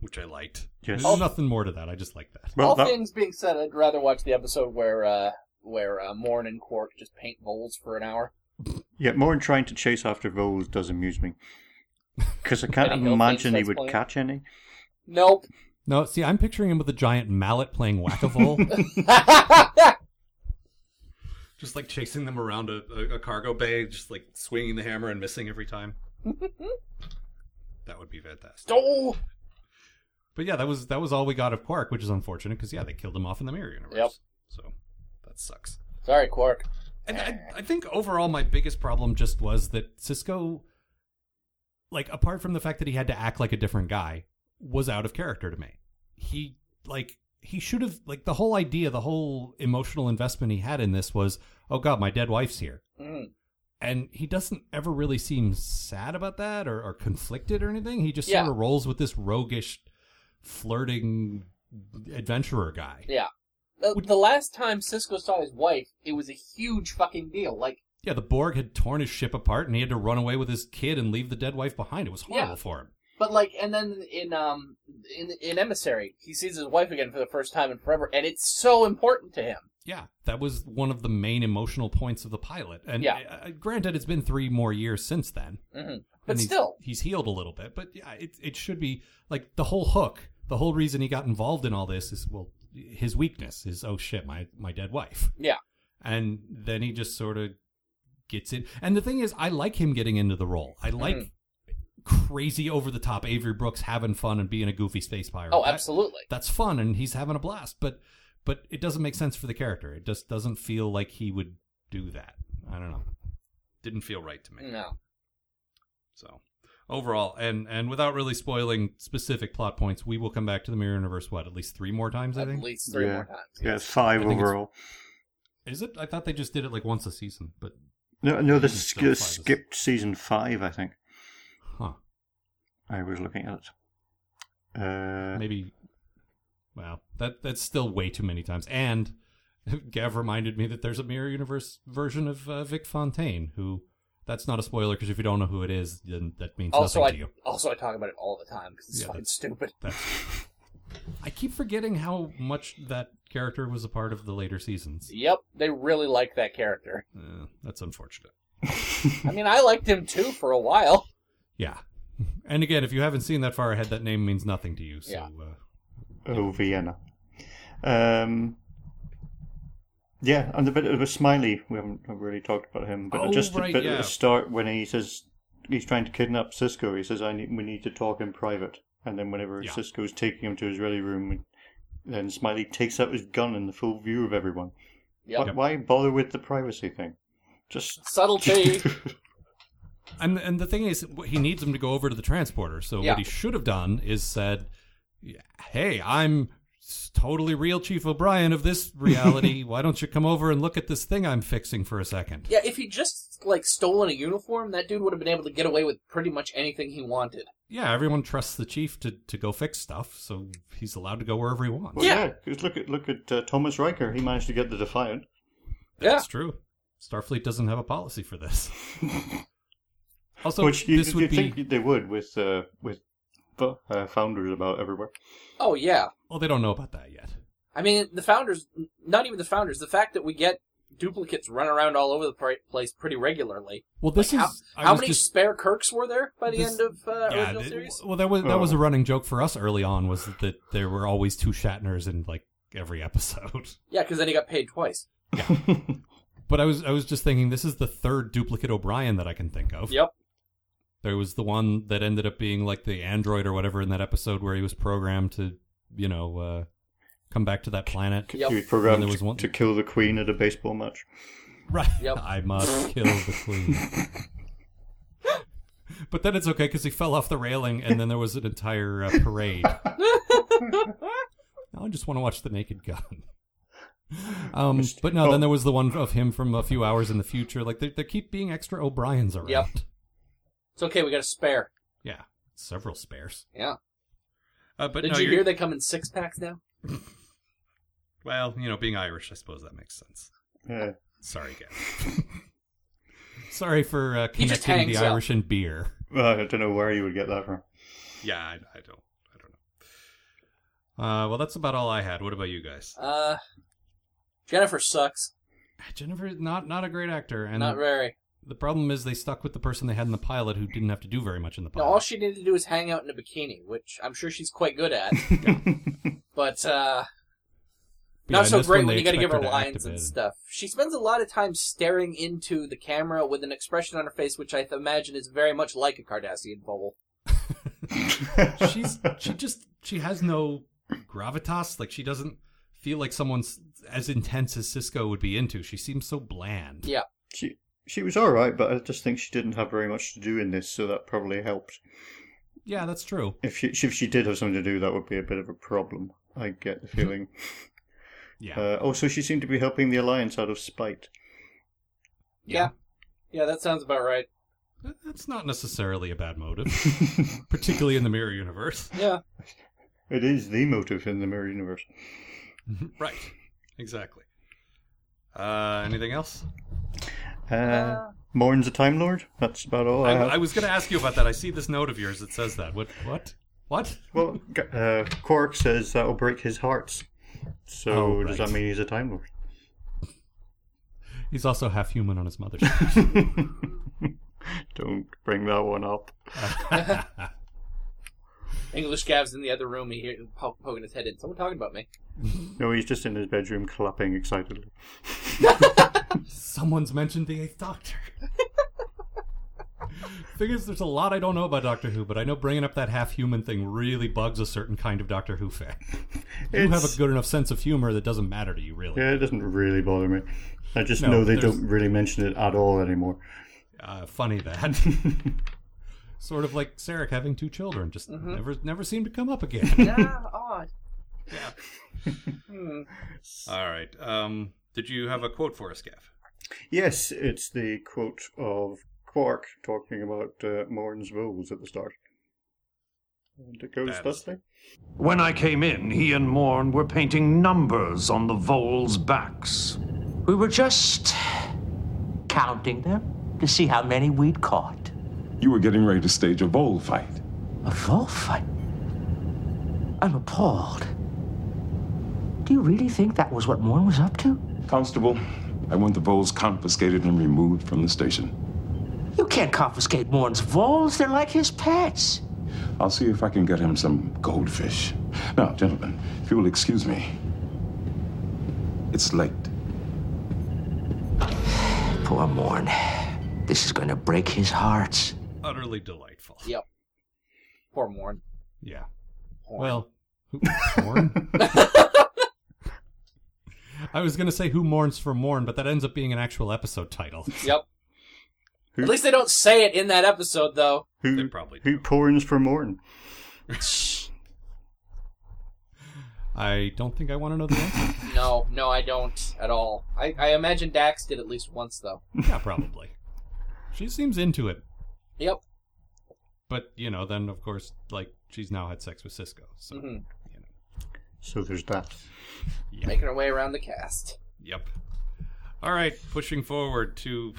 B: which I liked.
D: Yes.
B: There's nothing more to that. I just like that.
D: well,
C: All
D: that,
C: things being said, I'd rather watch the episode where uh, where uh, Morn and Quark just paint bowls for an hour.
D: yeah, Morn trying to chase after those does amuse me. Because I
C: Any
D: can't
C: Hill
D: imagine
C: things
D: he
C: that's
D: would
C: playing?
D: catch any.
C: Nope.
B: No, see, I'm picturing him with a giant mallet playing whack-a-mole, just like chasing them around a, a, a cargo bay, just like swinging the hammer and missing every time. that would be fantastic.
C: Stole.
B: But yeah, that was that was all we got of Quark, which is unfortunate because yeah, they killed him off in the Mirror Universe.
C: Yep.
B: So that sucks.
C: Sorry, Quark.
B: And I, I think overall, my biggest problem just was that Cisco, like, apart from the fact that he had to act like a different guy, was out of character to me. He, like, he should have, like, the whole idea, the whole emotional investment he had in this was, oh God, my dead wife's here.
C: Mm.
B: And he doesn't ever really seem sad about that or, or conflicted or anything. He just
C: Yeah.
B: sort of rolls with this roguish, flirting adventurer guy.
C: Yeah. The, the last time Cisco saw his wife, it was a huge fucking deal. Like,
B: Yeah, the Borg had torn his ship apart and he had to run away with his kid and leave the dead wife behind. It was horrible
C: Yeah.
B: for him.
C: but like, and then in um in in emissary, he sees his wife again for the first time in forever, and it's so important to him.
B: Yeah, that was one of the main emotional points of the pilot. And
C: Yeah.
B: uh, granted, it's been three more years since then.
C: hmm
B: and
C: But
B: he's-
C: still,
B: He's healed a little bit. But yeah, it, it should be like the whole hook, the whole reason he got involved in all this is, well, his weakness is, oh shit, my, my dead wife.
C: Yeah.
B: And then he just sort of gets in. And the thing is, I like him getting into the role. I like.
C: Mhm.
B: Crazy over the top Avery Brooks having fun and being a goofy space pirate.
C: oh,
B: That-
C: absolutely.
B: that's fun and he's having a blast but but it doesn't make sense for the character it just doesn't feel like he would do that i don't know didn't feel right to me
C: No.
B: so overall and and without really spoiling specific plot points we will come back to the mirror universe what at least three more times i
C: At
B: think
C: least three
D: Yeah.
C: more times.
D: Yeah, it's five
B: I think it's-
D: overall.
B: is it i thought they just did it like once a season but
D: No, no, this
B: Season
D: is
B: still
D: sk-
B: five is-
D: skipped season five, I think.
B: huh
D: I was looking at it. Uh,
B: maybe wow that that's still way too many times and gav reminded me that there's a mirror universe version of uh, vic fontaine who that's not a spoiler because if you don't know who it is then that means
C: Also,
B: nothing
C: I
B: to you
C: also I talk about it all the time because it's
B: Yeah,
C: fucking
B: that's-
C: stupid.
B: That's I keep forgetting how much that character was a part of the later seasons.
C: Yep, they really like that character.
B: Uh, that's unfortunate.
C: I mean, I liked him too for a while.
B: Yeah. And again, if you haven't seen that far ahead, that name means nothing to you. So,
C: Yeah.
B: uh,
D: Oh, Vienna. Um, yeah, and a bit of a smiley. We haven't really talked about him, but
B: Oh,
D: just
B: right,
D: a bit
B: yeah.
D: at the start when he says he's trying to kidnap Cisco. He says, "I need, we need to talk in private." And then whenever
B: Yeah.
D: Cisco's taking him to his ready room, then Smiley takes out his gun in the full view of everyone.
C: Yep.
D: Why, why bother with the privacy thing? Just
C: Subtlety.
B: and and the thing is, he needs him to go over to the transporter. So
C: Yeah.
B: what he should have done is said, "Hey, I'm s- totally real Chief O'Brien of this reality. Why don't you come over and look at this thing I'm fixing for a second?
C: yeah, if he just like stolen a uniform, that dude would have been able to get away with pretty much anything he wanted.
B: Yeah, everyone trusts the chief to to go fix stuff, so he's allowed to go wherever he wants.
D: well,
C: Yeah.
D: yeah. 'cause look at look at uh, Thomas Riker. He managed to get the Defiant.
B: That's true. Starfleet doesn't have a policy for this. Also,
D: Which you,
B: this
D: you
B: would be
D: think they would with uh, with uh, founders about everywhere.
C: Yeah. Oh yeah.
B: oh, they don't know about that yet.
C: I mean, the founders, not even the founders, the fact that we get duplicates run around all over the pra- place pretty regularly.
B: Well, this
C: Like,
B: is I
C: How
B: was
C: many
B: just-
C: spare Kirks were there by the
B: This-
C: end of uh, original
B: th-
C: series?
B: Well, that was that was
D: Oh.
B: a running joke for us early on was that there were always two Shatners in like every episode.
C: Yeah, because then he got paid twice.
B: But I was I was just thinking this is the third duplicate O'Brien that I can think of.
C: Yep.
B: There was the one that ended up being like the android or whatever in that episode where he was programmed to, you know, uh, come back to that planet.
C: Yep.
D: He was programmed
B: There was
D: to-
B: one-
D: to kill the queen at a baseball match.
B: Right.
C: Yep.
B: I must kill the queen. but then it's okay because he fell off the railing, and then there was an entire uh, parade. now I just want to watch the Naked Gun. Um, but no,
C: Oh.
B: then there was the one of him from a few hours in the future. Like there, there keep being extra O'Briens around.
C: Yep. It's okay, we got a spare.
B: Yeah, several spares.
C: Yeah.
B: Uh, but
C: Did you hear they come in six packs now?
B: Well, you know, being Irish, I suppose that makes sense.
D: Yeah.
B: Sorry, guys. Sorry for uh,
C: He just
B: connecting the
C: hangs up.
B: Irish and beer.
D: Well, I don't know where you would get that from.
B: Yeah, I, I don't. I don't know. Uh, well, that's about all I had. What about you guys?
C: Uh, Jennifer sucks.
B: Uh, Jennifer, not not a great actor, and
C: Not very.
B: the problem is they stuck with the person they had in the pilot, who didn't have to do very much in the
C: No,
B: pilot.
C: all she needed to do was hang out in a bikini, which I'm sure she's quite good at. but uh,
B: But
C: not
B: yeah,
C: so
B: in this
C: great
B: one,
C: when
B: they
C: you got to give her
B: expect to act
C: lines
B: a
C: and
B: bit.
C: stuff. She spends a lot of time staring into the camera with an expression on her face, which I th- imagine is very much like a Cardassian bubble.
B: She's she just she has no gravitas. Like she doesn't feel like someone's as intense as Cisco would be into. She seems so bland.
C: Yeah,
D: she she was all right, but I just think she didn't have very much to do in this, so that probably helped.
B: Yeah, that's true.
D: If she if she did have something to do, that would be a bit of a problem. I get the feeling.
B: Yeah.
D: uh, also, she seemed to be helping the alliance out of spite.
C: yeah, yeah. That sounds about right.
B: That's not necessarily a bad motive, particularly in the mirror universe.
C: Yeah,
D: It is the motive in the mirror universe.
B: right. Exactly. Uh, anything else?
D: Uh, Morn's a time lord. That's about all I,
B: I,
D: have.
B: I was going to ask you about that. I see this note of yours that says that. What? What? What?
D: Well, g- uh, Quark says that'll break his hearts. So
B: Oh,
D: does
B: right.
D: that mean he's a time lord?
B: He's also half human on his mother's.
D: Don't bring that one up.
C: English Gav's in the other room. He hear po- poking his head in. Someone talking about me.
D: No, he's just in his bedroom clapping excitedly.
B: Someone's mentioned the Eighth Doctor. Thing is, there's a lot I don't know about Doctor Who, but I know bringing up that half human thing really bugs a certain kind of Doctor Who fan. You have
D: It's-
B: a good enough sense of humor that doesn't matter to you, really.
D: Yeah, it doesn't really bother me. I just
B: No,
D: know they
B: there's-
D: don't really mention it at all anymore.
B: uh, funny that. sort of like Sarek having two children, just
D: Mm-hmm.
B: never never seemed to come up again.
C: Yeah, odd.
B: All right. Um, did you have a quote for us, Gav?
D: Yes, it's the quote of Quark talking about uh, Morn's rules at the start. And it goes
B: That is-
D: thusly.
E: When I came in, he and Morn were painting numbers on the voles' backs.
F: We were just counting them to see how many we'd caught.
G: You were getting ready to stage a bowl fight.
F: A wolf? I, I'm appalled. Do you really think that was what Morn was up to?
G: Constable, I want the voles confiscated and removed from the station.
F: You can't confiscate Morn's voles. They're like his pets.
G: I'll see if I can get him some goldfish. Now, gentlemen, if you will excuse me. It's late.
F: Poor Morn. This is going to break his heart.
B: Utterly delightful.
C: Yep. Poor Morn.
B: Yeah.
C: Horn.
B: Well, who, Morn? I was going to say Who Mourns for Morn, but that ends up being an actual episode title.
C: Yep.
D: Who-
C: At least they don't say it in that episode, though.
D: Who
B: They probably
D: who
B: do.
D: porns for Morton?
B: I don't think I want to know the answer.
C: No, no, I don't at all. I, I imagine Dax did at least once, though.
B: yeah, probably. She seems into it.
C: Yep.
B: But, you know, then, of course, like, she's now had sex with Cisco. So,
C: hmm
D: So there's that.
B: yeah.
C: Making her way around the cast.
B: Yep. All right, pushing forward to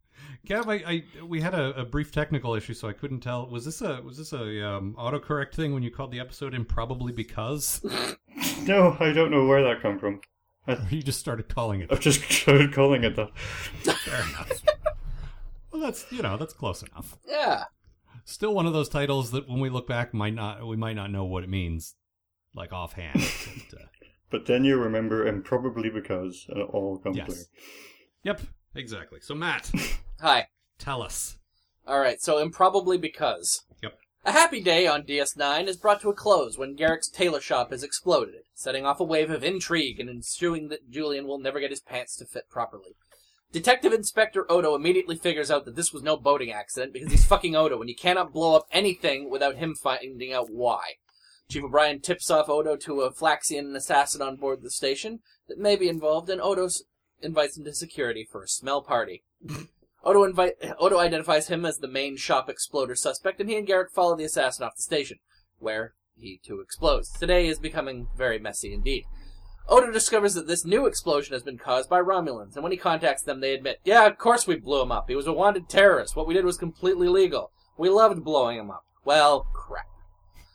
B: Gav. I, I we had a, a brief technical issue, so I couldn't tell. Was this a was this a um, autocorrect thing when you called the episode "Improbably Because"?
D: No, I don't know where that come from.
B: Or you just started calling it.
D: I've just started calling it that.
B: Fair enough. Well, that's you know that's close enough.
C: Yeah.
B: Still one of those titles that when we look back might not we might not know what it means, like offhand. But, uh,
D: But then you remember, and probably because, and it all comes
B: Yes.
D: clear.
B: yep, exactly. So Matt,
C: Hi.
B: tell us.
C: All right, so improbably because.
B: Yep.
C: A happy day on DS9 is brought to a close when Garrick's tailor shop has exploded, setting off a wave of intrigue and ensuing that Julian will never get his pants to fit properly. Detective Inspector Odo immediately figures out that this was no boating accident because he's fucking Odo and you cannot blow up anything without him finding out why. Chief O'Brien tips off Odo to a Flaxian assassin on board the station that may be involved and Odo s- invites him to security for a smell party. Odo, invite, Odo identifies him as the main shop exploder suspect, and he and Garrick follow the assassin off the station, where he too explodes. Today is becoming very messy indeed. Odo discovers that this new explosion has been caused by Romulans, and when he contacts them, they admit, Yeah, of course we blew him up. He was a wanted terrorist. What we did was completely legal. We loved blowing him up. Well, crap.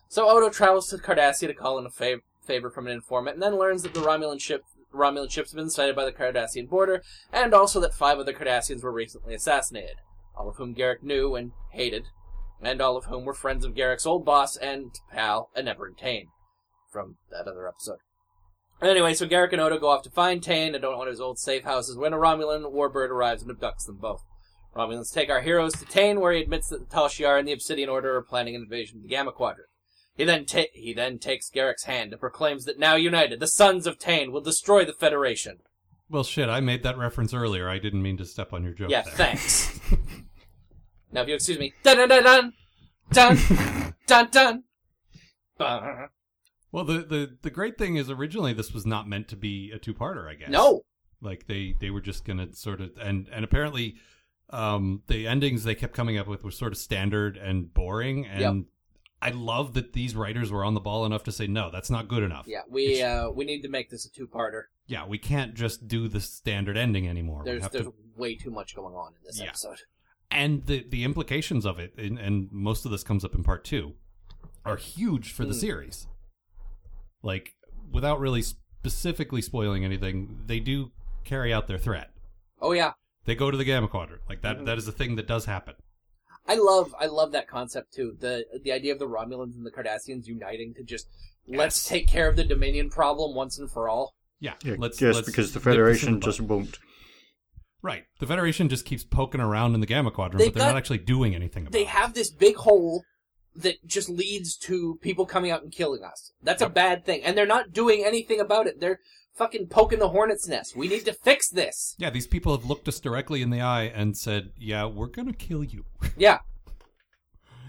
C: So Odo travels to Cardassia to call in a fav- favor from an informant, and then learns that the Romulan ship Romulan ships have been sighted by the Cardassian border, and also that five other Cardassians were recently assassinated, all of whom Garrick knew and hated, and all of whom were friends of Garrick's old boss and pal, Aneverin Tane, from that other episode. Anyway, so Garrick and Odo go off to find Tane and don't want his old safe houses when a Romulan warbird arrives and abducts them both. Romulans take our heroes to Tane, where he admits that the Tal Shiar and the Obsidian Order are planning an invasion of the Gamma Quadrant. He then ta- he then takes Garrick's hand and proclaims that now united, the sons of Tane will destroy the Federation.
B: Well, shit, I made that reference earlier. I didn't mean to step on your joke.
C: Yeah,
B: there.
C: thanks. now, if you excuse me, dun dun dun dun dun dun
B: Uh,
C: dun.
B: Well, the, the the great thing is originally this was not meant to be a two-parter, I guess.
C: No,
B: like they they were just gonna sort of and and apparently, um, the endings they kept coming up with were sort of standard and boring, and I love that these writers were on the ball enough to say no, that's not good enough.
C: yeah, we uh, we need to make this a two-parter.
B: yeah, we can't just do the standard ending anymore. we
C: There's
B: have
C: there's
B: to,
C: way too much going on in this
B: Yeah.
C: episode.
B: and the the implications of it, and, and most of this comes up in part two, are huge for the
C: Mm.
B: series. Like without really specifically spoiling anything, they do carry out their threat.
C: Oh yeah,
B: They go to the Gamma Quadrant. Like that,
C: Mm-hmm.
B: that is a thing that does happen.
C: I love I love that concept too. The the idea of the Romulans and the Cardassians uniting to just let's take care of the Dominion problem once and for all.
B: Yeah,
D: Yeah,
B: let's,
D: yes,
B: let's
D: because the
B: nip this in
D: Federation
B: the bud.
D: just won't.
B: right. The Federation just keeps poking around in the Gamma Quadrant,
C: They've
B: but they're
C: got-
B: not actually doing anything about
C: They
B: it.
C: have this big hole that just leads to people coming out and killing us. That's a bad thing, and they're not doing anything about it. They're fucking poking the hornet's nest. We need to fix this.
B: Yeah, these people have looked us directly in the eye and said, "Yeah, we're gonna kill you."
C: Yeah.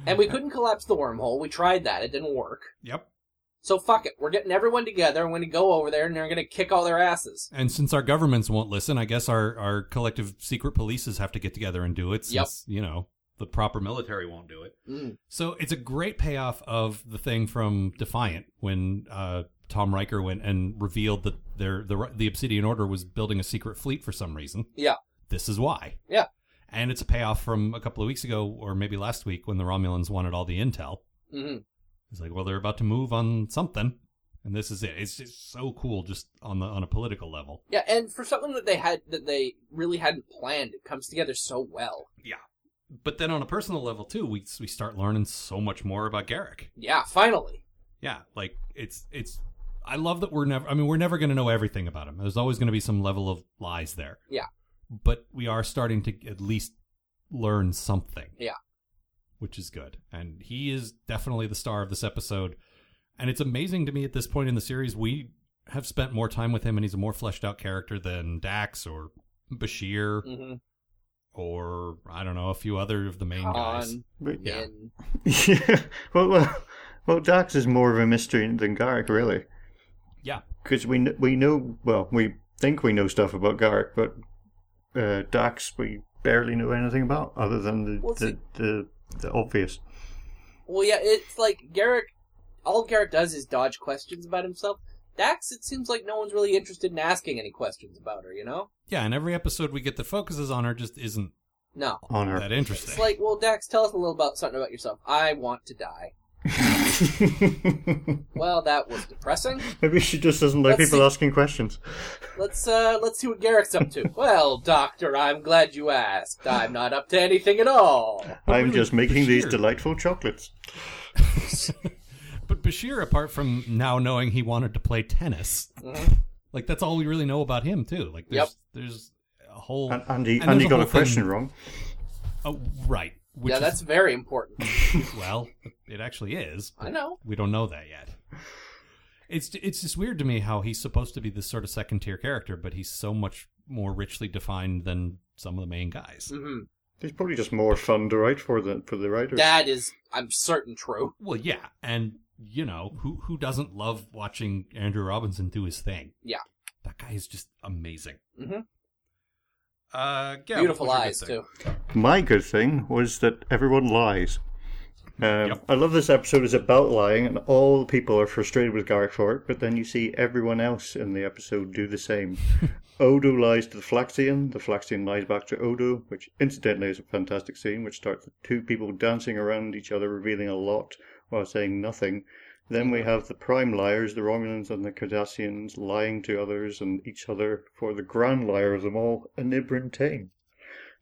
C: And we couldn't collapse the wormhole. We tried that. It didn't work.
B: yep.
C: So fuck it. We're getting everyone together. I'm going to go over there and they're going to kick all their asses.
B: And since our governments won't listen, I guess our our collective secret polices have to get together and do it.
C: Yep.
B: Since, You know, the proper military won't do it.
C: Mm.
B: So it's a great payoff of the thing from Defiant when uh, Tom Riker went and revealed that their the the Obsidian Order was building a secret fleet for some reason.
C: Yeah.
B: This is why.
C: Yeah.
B: And it's a payoff from a couple of weeks ago, or maybe last week, when the Romulans wanted all the intel.
C: hmm
B: It's like, well, they're about to move on something, and this is it. It's just so cool, just on the on a political level.
C: Yeah, and for something that they had that they really hadn't planned, it comes together so well.
B: But then on a personal level too, we we start learning so much more about Garrick.
C: Yeah, finally.
B: Yeah, like it's it's. I love that we're never. I mean, we're never going to know everything about him. There's always going to be some level of lies there.
C: Yeah.
B: But we are starting to at least learn something.
C: Yeah.
B: Which is good, and he is definitely the star of this episode. And it's amazing to me at this point in the series we have spent more time with him, and he's a more fleshed out character than Dax or Bashir
C: Mm-hmm.
B: or I don't know a few other of the main guys.
D: But,
B: Oh, Yeah.
C: Min.
D: yeah. Well, well, well, Dax is more of a mystery than Garrick, really.
B: Yeah.
D: Because we kn- we know well, we think we know stuff about Garrick, but uh, Dax we barely know anything about other than the
C: Well,
D: the,
C: see-
D: the, the obvious.
C: Well, yeah, it's like Garrick. All Garrick does is dodge questions about himself. Dax, it seems like no one's really interested in asking any questions about her. You know?
B: Yeah, and every episode we get that focuses on her just isn't
C: No.
D: Honor.
B: that interesting.
C: It's like, well, Dax, tell us a little about something about yourself. I want to die. Well, that was depressing.
D: Maybe she just doesn't like
C: Let's
D: people
C: see-
D: asking questions.
C: Let's uh, let's see what Garrick's up to. well, Doctor, I'm glad you asked. I'm not up to anything at all.
D: I'm
B: really,
D: just making these
B: Bashir-
D: delightful chocolates.
B: But Bashir, apart from now knowing he wanted to play tennis,
D: Mm-hmm.
C: Mhm.
B: like that's all we really know about him too. Like there's there's a whole
D: And Andy,
B: and
D: Andy
B: there's
D: got a
B: whole thing-
D: question wrong.
B: Oh, right. Which
C: yeah,
B: is-
C: that's very important.
B: well, it actually is.
C: I know.
B: We don't know that yet. It's it's just weird to me how he's supposed to be this sort of second tier character, but he's so much more richly defined than some of the main guys.
C: hmm
D: It's probably just more fun to write for than for the writers.
C: That is, I'm certain, true.
B: Well, yeah, and you know who who doesn't love watching Andrew Robinson do his thing?
C: Yeah.
B: that guy is just amazing.
C: Mhm.
B: Uh, yeah,
C: Beautiful
B: what was your good
C: eyes
B: thing?
C: too.
D: My good thing was that everyone lies. Um,
B: Yep.
D: I love this episode is about lying, and all the people are frustrated with Garrick for it. But then you see everyone else in the episode do the same. Odo lies to the Flaxian. The Flaxian lies back to Odo, which incidentally is a fantastic scene, which starts with two people dancing around each other, revealing a lot while saying nothing. Then we have the prime liars, the Romulans and the Cardassians, lying to others and each other for the grand liar of them all, Anibran Tain.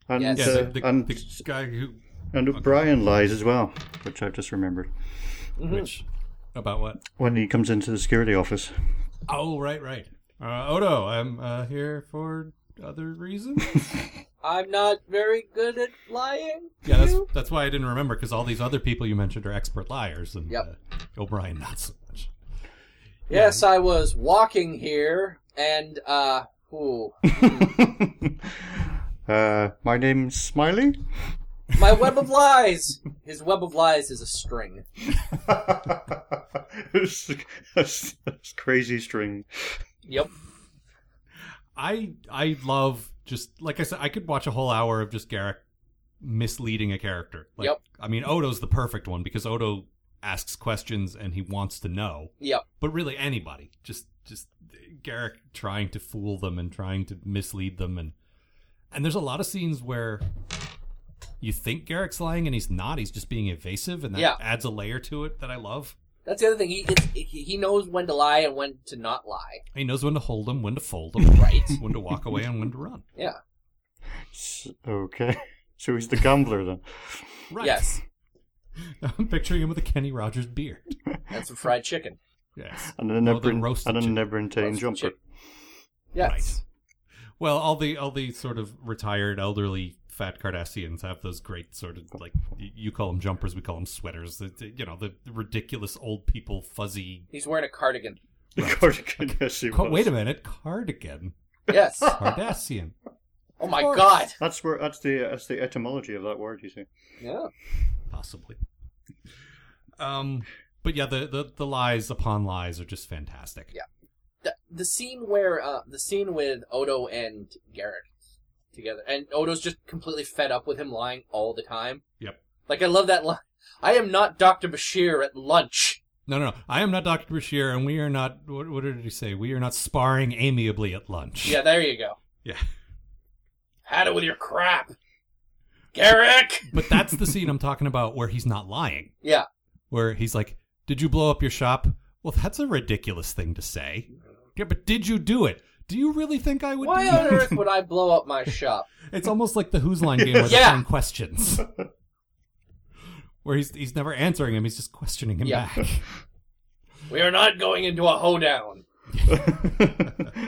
D: And, uh,
C: Yes.
B: Yeah,
C: So,
B: the, the,
D: and
B: the guy who,
D: and O'Brien lies as well, which I've just remembered.
C: Mm-hmm.
B: which about what?
D: When he comes into the security office,
B: Oh, right, right. Uh, Odo, I'm uh, here for other reasons.
C: I'm not very good at lying.
B: yeah, that's
C: you?
B: that's why I didn't remember because all these other people you mentioned are expert liars, and
C: Yep.
B: uh, O'Brien not so much.
C: Yes, I was walking here, and uh, ooh,
D: uh, my name's Smiley.
C: my web of lies. His web of lies is a string.
D: that's, that's- that's crazy string.
C: Yep.
B: I I love just like I said, I could watch a whole hour of just Garrick misleading a character. Like,
C: Yep.
B: I mean, Odo's the perfect one because Odo asks questions and he wants to know.
C: Yep.
B: But really, anybody just just Garrick trying to fool them and trying to mislead them and and there's a lot of scenes where you think Garrick's lying and he's not. He's just being evasive, and that
C: Yeah.
B: adds a layer to it that I love.
C: That's the other thing. He it's, he knows when to lie and when to not lie.
B: He knows when to hold them, when to fold them,
C: Right.
B: when to walk away, and when to run.
C: Yeah.
D: S- Okay, so he's the gambler then.
B: Right.
C: Yes.
B: I'm picturing him with a Kenny Rogers beard.
C: And some fried chicken.
B: Yes.
D: And then
B: No, the
D: Nebrin,
B: roasted
D: and then
B: chick-
D: Nebrin Tain
C: roasted
D: jumper.
C: chick. Yes.
B: Well, all the all the sort of retired elderly fat Cardassians have those great sort of like y- you call them jumpers, we call them sweaters. The, the- you know, the ridiculous old people fuzzy.
C: He's wearing a cardigan.
D: The cardigan, yes, he
B: Ca-
D: was.
B: wait a minute, cardigan,
C: Yes.
B: Cardassian.
C: Oh my
B: course.
C: god.
D: That's where that's the that's the etymology of that word. You see,
C: Yeah.
B: possibly. Um, but yeah, the, the the lies upon lies are just fantastic.
C: Yeah. The, the scene where uh, the scene with Odo and Garrett together, and Odo's just completely fed up with him lying all the time.
B: Yep.
C: Like I love that line. I am not Doctor Bashir at lunch.
B: No, no, no. I am not Doctor Bashir, and we are not. What, what did he say? We are not sparring amiably at lunch.
C: Yeah, there you go.
B: Yeah.
C: Had it with your crap, Garrick.
B: But that's the scene I'm talking about where he's not lying.
C: Yeah.
B: where he's like, "Did you blow up your shop? Well, that's a ridiculous thing to say. Yeah, but did you do it? Do you really think I would
C: Why uh,
B: do
C: on
B: that?
C: earth would I blow up my shop?
B: It's almost like the Who's Line game where they're
C: Yeah.
B: throwing questions. Where he's he's never answering him, he's just questioning him
C: Yeah.
B: back.
C: We are not going into a hoedown.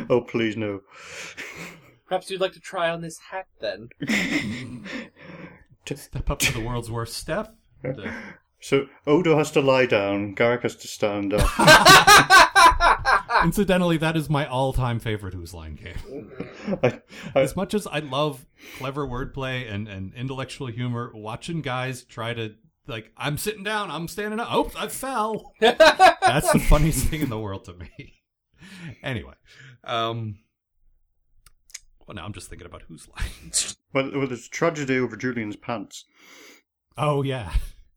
D: oh, please no.
C: Perhaps you'd like to try on this hat then.
B: Step up to the world's worst Steph. The-
D: So Odo has to lie down. Garrick has to stand up.
B: Incidentally, that is my all-time favorite Who's Line game.
D: I, I,
B: As much as I love clever wordplay and, and intellectual humor, watching guys try to like, I'm sitting down, I'm standing up. Oops, I fell. That's the funniest thing in the world to me. Anyway, um, well, now I'm just thinking about Who's Line.
D: well, well, there's a tragedy over Julian's pants
B: Oh yeah.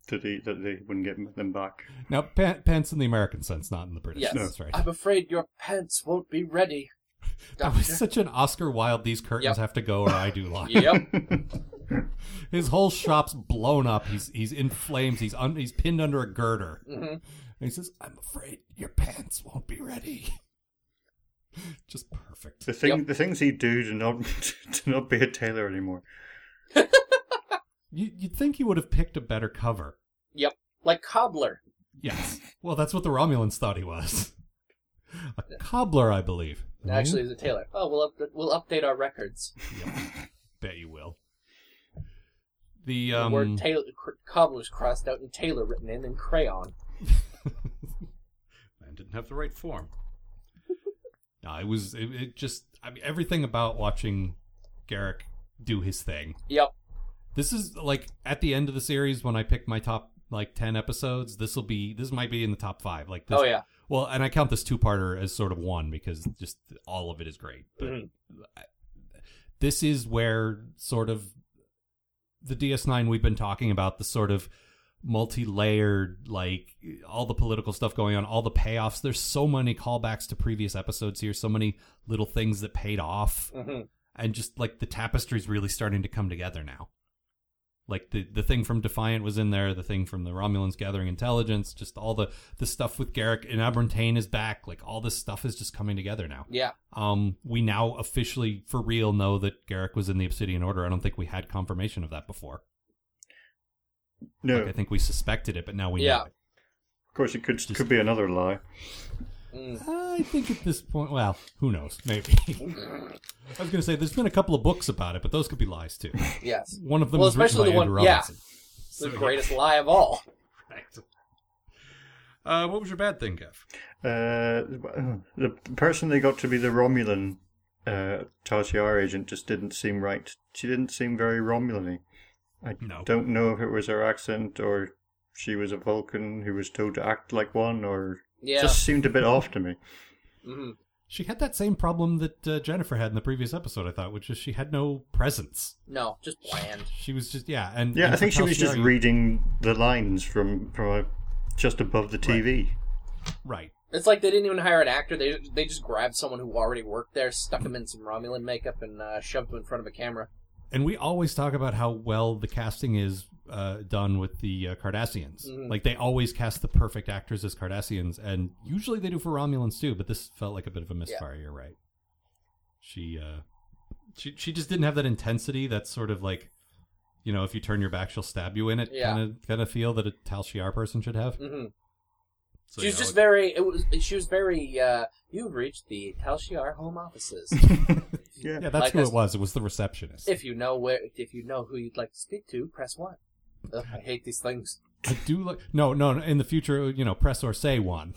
D: that he that they wouldn't get them back.
B: Now, pa- pants in the American sense, not in the British.
C: Yes.
B: sense, That's right.
C: I'm afraid your pants won't be ready.
B: That was
C: Doctor.
B: such an Oscar Wilde. These curtains
C: Yep.
B: have to go, or I do line.
C: yep.
B: His whole shop's blown up. He's he's in flames. He's un- he's pinned under a girder. And he says, "I'm afraid your pants won't be ready." Just perfect.
D: The thing, the things he do to not to not be a tailor anymore.
B: You, you'd think he would have picked a better cover.
C: Yep. Like cobbler.
B: Yes. Well, that's what the Romulans thought he was. A cobbler, I believe.
C: Actually, it's a tailor. Oh, we'll up- we'll update our records.
B: bet you will. The
C: The
B: um,
C: word tailor, cr- cobbler's crossed out and tailor written in in crayon.
B: Man didn't have the right form. no, it was it, it just I mean everything about watching Garrick do his thing.
C: Yep.
B: This is like at the end of the series when I pick my top like 10 episodes, this will be this might be in the top 5. Like this
C: Oh yeah.
B: Well, and I count this two-parter as sort of one because just all of it is great. But
C: Mhm.
B: I- this is where sort of the DS9 we've been talking about, the sort of multi-layered, like all the political stuff going on, all the payoffs. There's so many callbacks to previous episodes here, so many little things that paid off,
C: hmm
B: and just like the tapestry's really starting to come together now. Like the the thing from Defiant was in there, the thing from the Romulans gathering intelligence, just all the the stuff with Garrick and Abrantane is back. Like all this stuff is just coming together now.
C: Yeah.
B: Um, we now officially, for real, know that Garrick was in the Obsidian Order. I don't think we had confirmation of that before.
D: No,
B: Like, I think we suspected it, but now we
C: Yeah.
B: know. It.
D: of course it could could be another lie.
C: Mm.
B: I think at this point, well, who knows? Maybe. I was going to say there's been a couple of books about it, but those could be lies too.
C: Yes.
B: One of them
C: Well,
B: was written by
C: especially the one-
B: Andrew
C: yeah.
B: Robinson.
C: It's the greatest lie of all.
B: Uh, what was your bad thing, Kev?
D: Uh, the person they got to be the Romulan uh, Tarsiar agent just didn't seem right. She didn't seem very Romulan-y. I
B: No.
D: don't know if it was her accent or she was a Vulcan who was told to act like one, or
C: Yeah.
D: just seemed a bit off to me.
C: Mhm.
B: She had that same problem that uh, Jennifer had in the previous episode, I thought, which is she had no presence.
C: No, just bland.
B: She was just yeah, and
D: Yeah,
B: and
D: I think she was just
B: Tasha-
D: reading the lines from from uh, just above the TV.
B: right.
C: It's like they didn't even hire an actor. They they just grabbed someone who already worked there, stuck him in some Romulan makeup, and uh, shoved him in front of a camera.
B: And we always talk about how well the casting is uh, done with the uh, Cardassians.
C: Mm-hmm.
B: Like they always cast the perfect actors as Cardassians, and usually they do for Romulans too. But this felt like a bit of a misfire. You're right. She uh, she she just didn't have that intensity. That sort of like, you know, if you turn your back, she'll stab you in it.
C: Yeah.
B: Kind of kind of feel that a Tal Shiar person should have.
C: hmm
B: So,
C: she
B: you
C: was
B: know,
C: just very. It was. She was very. Uh, You've reached the Tal Shiar home offices.
D: Yeah,
B: yeah, that's
C: like
B: who
C: us.
B: it was. It was the receptionist.
C: if you know where, if you know who you'd like to speak to, press one. Ugh, I hate these things.
B: I do like no, no. no, In the future, you know, press or say one.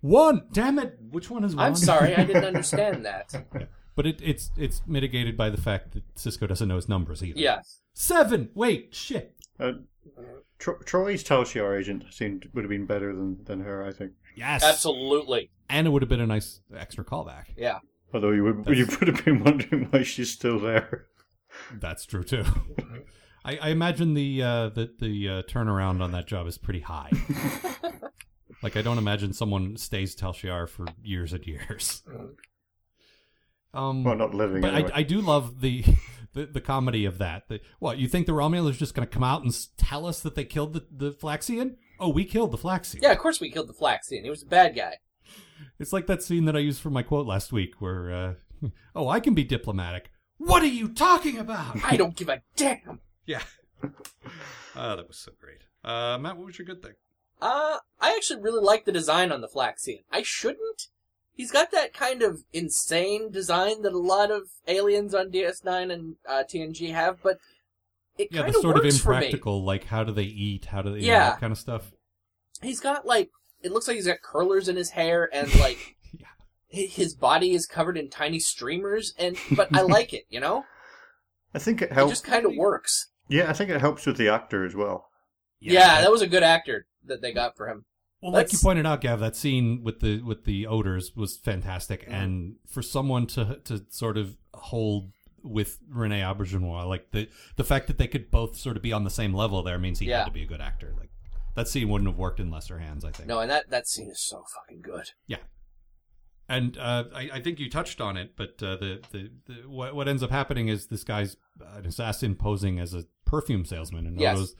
B: One, damn it! Which one is one?
C: I'm sorry, I didn't understand that.
B: but it, it's it's mitigated by the fact that Cisco doesn't know his numbers either.
C: Yes.
B: seven. Wait, shit.
D: Uh, Tro- Troy's Talshiar agent seemed would have been better than, than her, I think.
B: Yes,
C: Absolutely.
B: And it would have been a nice extra callback.
C: Yeah.
D: Although you would you would have been wondering why she's still there.
B: That's true too. I, I imagine the uh, the the uh, turnaround on that job is pretty high. like I don't imagine someone stays Tal Shiar for years and years. Um,
D: Well, not living.
B: But
D: anyway.
B: I, I do love the, the the comedy of that. The, what you think the Romulans are just going to come out and s- tell us that they killed the the Flaxian? Oh, we killed the Flaxseed.
C: Yeah, of course we killed the Flaxian. He was a bad guy.
B: It's like that scene that I used for my quote last week where, uh, oh, I can be diplomatic. What are you talking about?
C: I don't give a damn.
B: Yeah. Oh, that was so great. Uh, Matt, what was your good thing?
C: Uh, I actually really like the design on the Flaxian. I shouldn't. He's got that kind of insane design that a lot of aliens on DS9 and uh, TNG have, but it
B: Yeah, the
C: kind of
B: sort of
C: works for me.
B: impractical, like how do they eat? How do they, you know,
C: Yeah.
B: that kind of stuff.
C: He's got like it looks like he's got curlers in his hair, and like
B: Yeah.
C: hi- his body is covered in tiny streamers. And but I like it, you know.
D: I think it
C: It
D: helps.
C: just kind of works.
D: Yeah, I think it helps with the actor as well.
C: Yeah, that was a good actor that they got for him.
B: Well, like you
C: That's-
B: pointed out, Gav, that scene with the with the odors was fantastic, and for someone to to sort of hold with Rene Auberginois, like the the fact that they could both sort of be on the same level there means he
C: Yeah.
B: had to be a good actor. Like that scene wouldn't have worked in lesser hands, I think.
C: No, and that that scene is so fucking good.
B: and uh, I, I think you touched on it, but uh, the, the the what what ends up happening is this guy's an assassin posing as a perfume salesman, and
C: Yes.
B: Odo's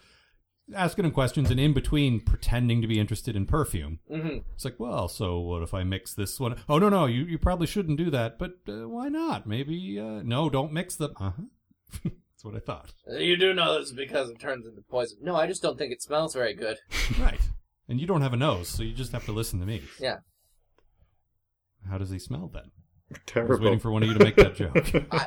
B: asking him questions, and in between pretending to be interested in perfume.
C: hmm
B: It's like, well, so what if I mix this one? Oh no, no, you, you probably shouldn't do that. But uh, why not? Maybe uh, no, don't mix them. Uh huh. That's what I thought.
C: You do know this is because it turns into poison. No, I just don't think it smells very good.
B: right. And you don't have a nose, so you just have to listen to me.
C: Yeah.
B: How does he smell then? I was
D: Terrible.
B: waiting for one of you to make that joke.
C: I,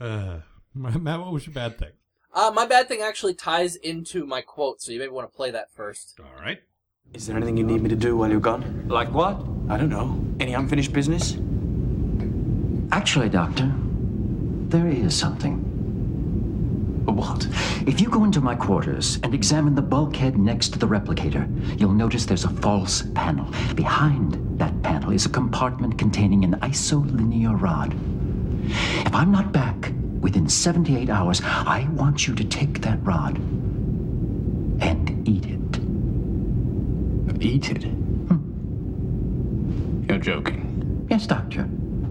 B: uh, Matt, what was your bad thing?
C: uh, my bad thing actually ties into my quote, so you maybe want to play that first.
B: All right.
H: Is there anything you need me to do while you're gone?
F: Like what?
H: I don't know. Any unfinished business?
F: Actually, Doctor, there is something. What? If you go into my quarters and examine the bulkhead next to the replicator, you'll notice there's a false panel. Behind that panel is a compartment containing an isolinear rod. If I'm not back within 78 hours, I want you to take that rod and eat it.
H: Eat it. You're joking.
F: Yes, Doctor,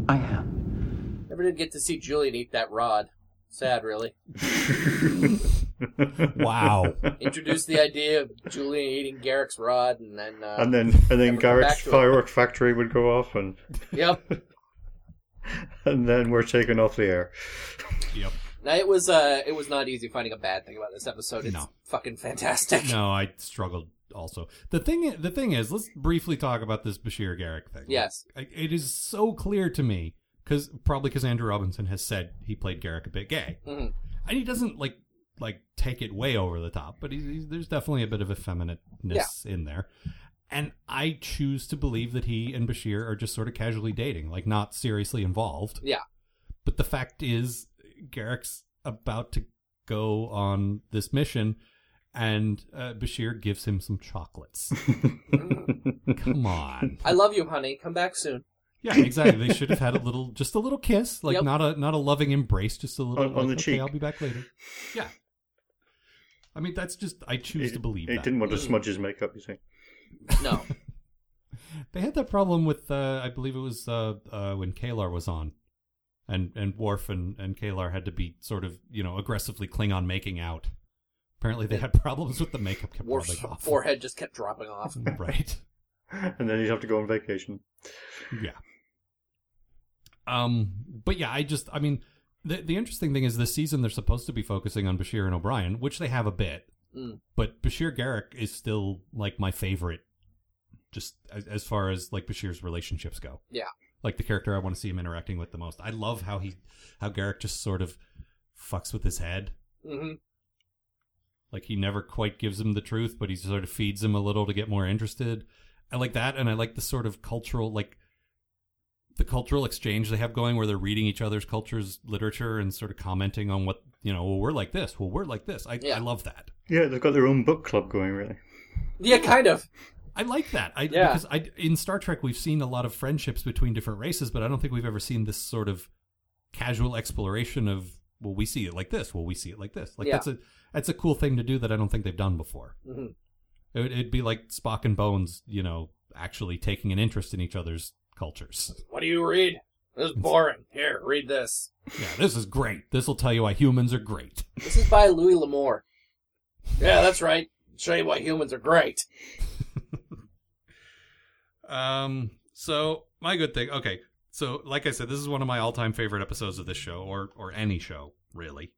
F: I am.
C: Never did get to see Julian eat that rod. Sad, really.
B: Wow.
C: Introduced the idea of Julian eating Garrick's rod, and then uh,
D: And then and then
C: Never come
D: Garrick's
C: back to it.
D: fireworks factory would go off, and
C: yep.
D: and then we're taken off the air.
B: yep.
C: Now it was uh, it was not easy finding a bad thing about this episode. It's
B: No.
C: fucking fantastic.
B: No, I struggled also. The thing, the thing is, let's briefly talk about this Bashir Garrick thing.
C: Yes.
B: I- it is so clear to me because probably because Andrew Robinson has said he played Garrick a bit gay,
C: Mhm.
B: and he doesn't like like take it way over the top, but he's, he's, there's definitely a bit of effeminateness in there. And I choose to believe that he and Bashir are just sort of casually dating, like not seriously involved.
C: Yeah.
B: But the fact is, Garrick's about to go on this mission, and uh, Bashir gives him some chocolates. Come on.
C: I love you, honey. Come back soon.
B: Yeah, exactly. They should have had a little, just a little kiss, like
C: Yep.
B: not a not a loving embrace, just a little
D: On- on
B: like,
D: the
B: okay,
D: cheek.
B: I'll be back later. Yeah. I mean, that's just I choose
D: He-
B: to believe
D: he
B: that
D: didn't want to smudge his makeup. You see,
C: No,
B: they had that problem with uh, I believe it was uh, uh, when Kalar was on, and and Worf and and Kalar had to be sort of you know aggressively Klingon making out. Apparently, they had problems with the makeup kept
C: Worf's
B: rubbing off.
C: forehead just kept dropping off.
B: Right.
D: and then he'd have to go on vacation.
B: Yeah. Um, but yeah, I just, I mean, the the interesting thing is this season they're supposed to be focusing on Bashir and O'Brien, which they have a bit,
C: Mm.
B: but Bashir Garrick is still like my favorite, just as, as far as like Bashir's relationships go.
C: Yeah.
B: like the character I want to see him interacting with the most. I love how he, how Garrick just sort of fucks with his head.
C: hmm
B: Like he never quite gives him the truth, but he sort of feeds him a little to get more interested. I like that, and I like the sort of cultural, like the cultural exchange they have going, where they're reading each other's cultures, literature, and sort of commenting on what you know. Well, we're like this. Well, we're like this. I,
C: Yeah.
B: I love that.
D: Yeah, they've got their own book club going. Really,
C: Yeah, kind of.
B: I like that. I
C: Yeah.
B: because I in Star Trek we've seen a lot of friendships between different races, but I don't think we've ever seen this sort of casual exploration of well, we see it like this. Well, we see it like this. Like
C: Yeah.
B: that's a that's a cool thing to do that I don't think they've done before.
C: Mhm.
B: It would, it'd be like Spock and Bones, you know, actually taking an interest in each other's cultures.
C: What do you read? This is boring. Here, read this.
B: Yeah, this is great. This will tell you why humans are great.
C: This is by Louis L'Amour. Yeah, that's right. Show you why humans are great.
B: Um, so my good thing. Okay, so like I said, this is one of my all-time favorite episodes of this show, or or any show really,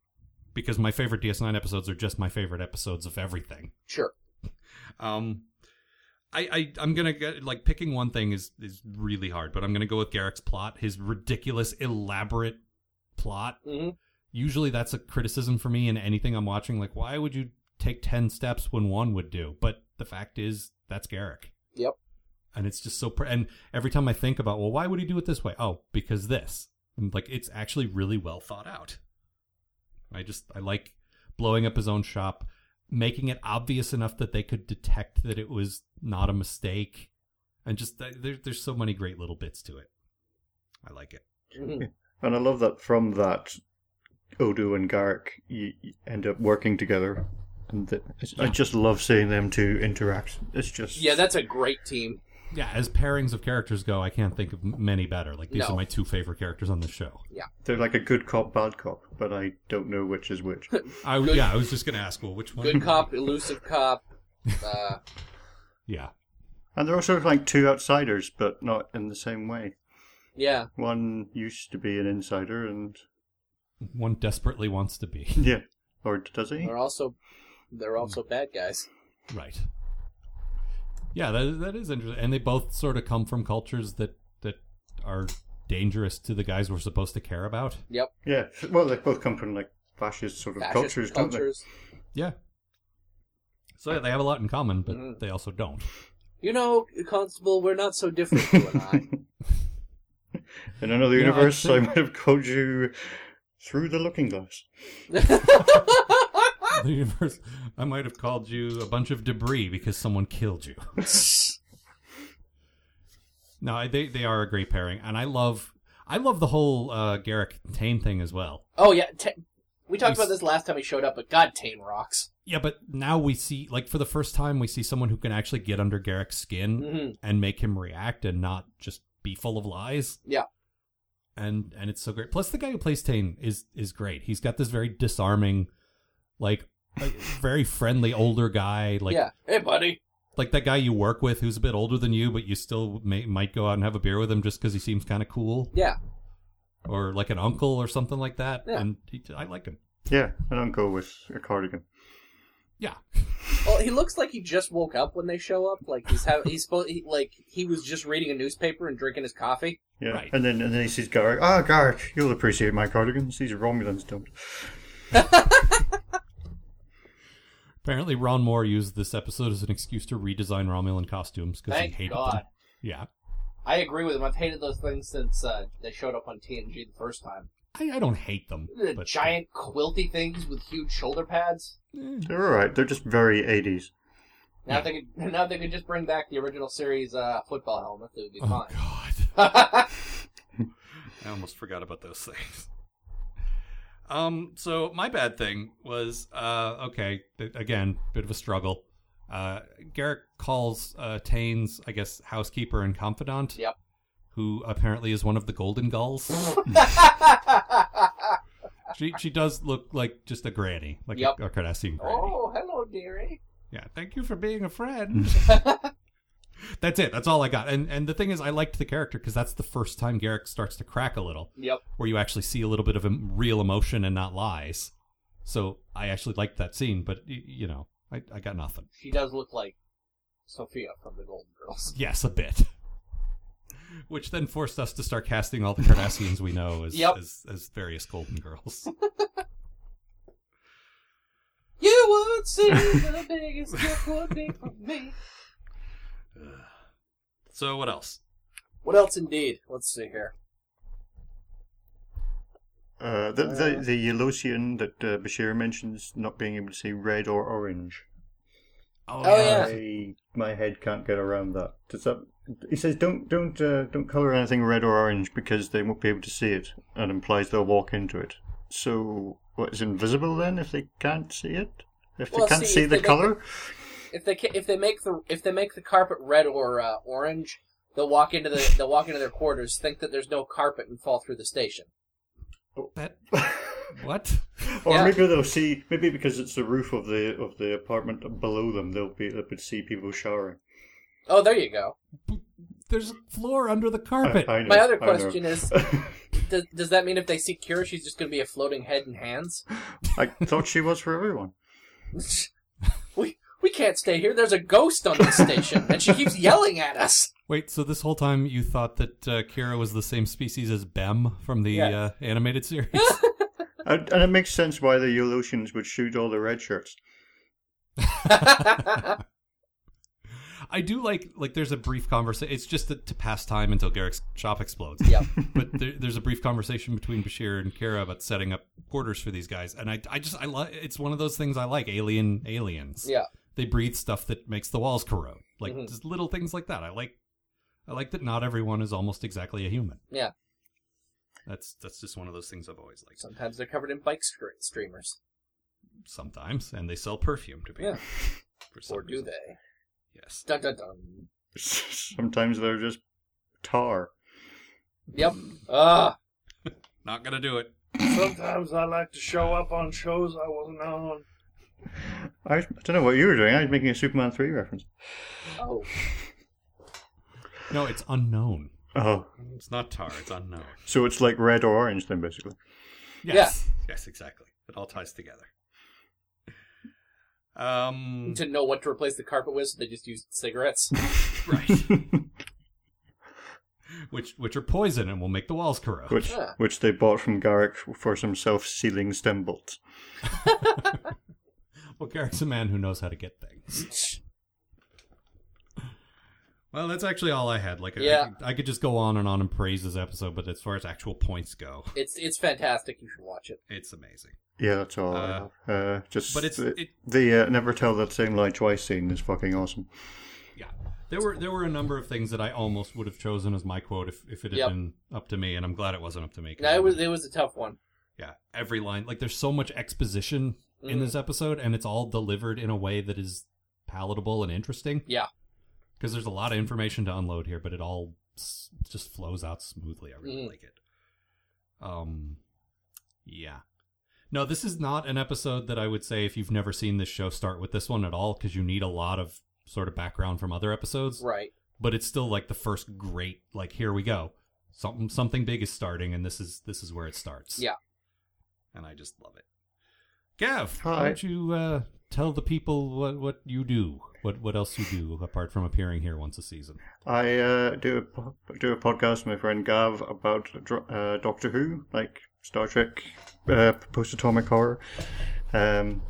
B: because my favorite DS9 episodes are just my favorite episodes of everything.
C: Sure.
B: Um, I, I I'm gonna get like picking one thing is is really hard, but I'm gonna go with Garrick's plot, his ridiculous, elaborate plot.
C: Mm-hmm.
B: Usually, that's a criticism for me in anything I'm watching. Like, why would you take ten steps when one would do? But the fact is, that's Garrick
C: Yep.
B: and it's just so pr- and every time i think about well why would he do it this way oh because this and like it's actually really well thought out i just i like blowing up his own shop making it obvious enough that they could detect that it was not a mistake and just th- there, there's so many great little bits to it i like it
C: Mhm.
D: And I love that from that, Odo and Garrick you, you end up working together, and that it's I just love seeing them two interact. It's just
C: Yeah, that's a great team.
B: yeah as pairings of characters go i can't think of many better like these
C: No.
B: are my two favorite characters on the show
D: they're like a good cop, bad cop, but I don't know which is which.
B: i
C: Good-
B: yeah i was just gonna ask well which one
C: Good cop, elusive cop. Uh,
B: yeah
D: and they're also like two outsiders, but not in the same way.
C: yeah.
D: One used to be an insider, and
B: one desperately wants to be
D: yeah, or does he?
C: They're also they're also bad guys.
B: Right. Yeah, that is, that is interesting. And they both sort of come from cultures that that are dangerous to the guys we're supposed to care about.
C: Yep.
D: Yeah, well, they both come from like fascist sort of
C: Fascist
D: cultures,
C: cultures.
D: don't they?
B: Yeah. So yeah, they have a lot in common, but
C: Mhm.
B: they also don't.
C: You know, Constable, we're not so different, you and I.
D: In another
B: Yeah, I'd
D: universe,
B: say-
D: I might have called you through the looking glass.
B: the universe, I might have called you a bunch of debris because someone killed you. no, I- they they are a great pairing, and I love I love the whole uh, Garrick Tane thing as well.
C: Oh yeah, Ta we talked
B: He's-
C: about this last time he showed up, but God, Tame rocks.
B: Yeah, but now we see, like, for the first time, we see someone who can actually get under Garrick's skin
C: Mhm.
B: and make him react and not just be full of lies.
C: Yeah.
B: And and it's so great. Plus, the guy who plays Tane is is great. He's got this very disarming, like, like, very friendly older guy, like
C: yeah. Hey, buddy.
B: like that guy you work with who's a bit older than you, but you still may, might go out and have a beer with him just because he seems kind of cool,
C: Yeah.
B: or like an uncle or something like that.
C: Yeah.
B: And he, I like him.
D: Yeah, I don't go with a cardigan.
B: Yeah.
C: Well, he looks like he just woke up when they show up. Like he's have he's supposed he, like he was just reading a newspaper and drinking his coffee.
D: Yeah,
B: Right.
D: and then and then he sees Garrick. Ah, Garrick, you'll appreciate my cardigans. These Romulans don't.
B: Apparently, Ron Moore used this episode as an excuse to redesign Romulan costumes because he
C: Thank
B: hated
C: God.
B: them. Yeah,
C: I agree with him. I've hated those things since uh, they showed up on TNG the first time.
B: I, I don't hate them.
C: The
B: but-
C: giant quilty things with huge shoulder pads.
D: They're all right. They're just very eighties.
C: Now they could now they could just bring back the original series uh, football helmet. It would be
B: Oh
C: fine.
B: God,
C: I
B: I almost forgot about those things. Um, so my bad thing was uh okay, th- again, bit of a struggle. Uh Garrick calls uh Tane's, I guess, housekeeper and confidant.
C: Yep.
B: Who apparently is one of the golden gulls. she she does look like just a granny, like
C: Yep.
B: a, a Cardassian granny.
C: oh, hello, dearie.
B: Yeah, thank you for being a friend. that's it. That's all I got. And and the thing is, I liked the character because that's the first time Garrick starts to crack a little,
C: Yep.
B: where you actually see a little bit of em- real emotion and not lies. So I actually liked that scene, but y- you know, I, I got nothing.
C: She does look like Sophia from the Golden Girls.
B: Yes, a bit. Which then forced us to start casting all the Cardassians we know as
C: Yep.
B: as, as various Golden Girls.
C: You would see the biggest gift would be from me.
B: so what else?
C: What else, indeed? Let's see here.
D: Uh, the the the Elosian that uh, Bashir mentions not being able to see red or orange.
C: Oh, yeah.
D: I, my head can't get around that. Does that? He says, "Don't don't uh, don't color anything red or orange because they won't be able to see it," and implies they'll walk into it. So, what is invisible then if they can't see it? If they
C: Well,
D: can't
C: see,
D: see
C: if
D: the
C: they make
D: color,
C: If they ca- if they make the if they make the carpet red or uh, orange, they'll walk into the they'll walk into their quarters, think that there's no carpet, and fall through the station.
B: That what?
D: Or
C: Yeah.
D: maybe they'll see. Maybe because it's the roof of the of the apartment below them, they'll be they could see people showering.
C: Oh, there you go.
B: There's a floor under the
D: I-
B: carpet.
D: I know,
C: My other
D: I know.
C: question is, does, does that mean if they see Kira, she's just going to be a floating head and hands?
D: I thought she was for everyone.
C: we we can't stay here. There's a ghost on this station, and she keeps yelling at us.
B: Wait, so this whole time you thought that uh, Kira was the same species as Bem from the
C: Yeah.
B: uh, animated series?
D: And, and it makes sense why the Eolosians would shoot all the red shirts.
B: I do like like there's a brief conversation. It's just to, to pass time until Garrick's shop explodes.
C: Yep.
B: but there, there's a brief conversation between Bashir and Kira about setting up quarters for these guys, and I I just I like it's one of those things I like. Alien aliens.
C: Yeah.
B: They breathe stuff that makes the walls corrode. Like
C: Mhm.
B: just little things like that. I like I like that not everyone is almost exactly a human.
C: Yeah.
B: That's that's just one of those things I've always liked.
C: Sometimes they're covered in bike scre- streamers,
B: Sometimes, and they sell perfume to people.
C: Yeah.
B: For some
C: or do
B: reason.
C: they?
B: Yes.
C: Dun dun dun.
D: Sometimes they're just tar.
C: Yep. Ah.
B: Not gonna do it.
I: Sometimes I like to show up on shows I wasn't on.
D: I, I don't know what you were doing. I was making a Superman three reference.
C: oh.
B: No, it's unknown.
D: Oh,
B: It's not tar. It's unknown.
D: so it's like red or orange then, basically.
B: Yes. Yes, exactly. It all ties together. Um.
C: To know what to replace the carpet with, so they just used cigarettes.
B: right. which which are poison and will make the walls corrode.
D: Which
C: Yeah.
D: which they bought from Garrick for some self-sealing stem bolts.
B: Well, Garrick's a man who knows how to get things. Well, that's actually all I had. Like, I- I,
C: Yeah.
B: could, I could just go on and on and praise this episode, but as far as actual points go,
C: It's it's fantastic. You should watch it.
B: it's amazing.
D: Yeah, that's all. I
B: Uh,
D: have. uh, just
B: but it's-
D: the,
B: it-
D: the, uh, never tell that same lie twice scene is fucking awesome.
B: Yeah, there were there were a number of things that I almost would have chosen as my quote if, if it had
C: Yep.
B: been up to me, and I'm glad it wasn't up to me. 'cause
C: No,
B: I
C: it was
B: would've-
C: it was a tough one.
B: yeah, every line like there's so much exposition in
C: Mhm.
B: this episode, and it's all delivered in a way that is palatable and interesting.
C: Yeah.
B: because there's a lot of information to unload here, but it all s- just flows out smoothly. I really
C: Mhm.
B: like it. Um, yeah. No, this is not an episode that I would say if you've never seen this show start with this one at all because you need a lot of sort of background from other episodes
C: Right.
B: but it's still like the first great like here we go something something big is starting and this is this is where it starts
C: Yeah.
B: and i just love it gav why
D: Hi.
B: don't you uh tell the people what what you do what what else you do apart from appearing here once a season
D: I uh, do a po- do a podcast with my friend Gav about dr- uh, Doctor Who, like Star Trek, uh, post atomic horror. Um,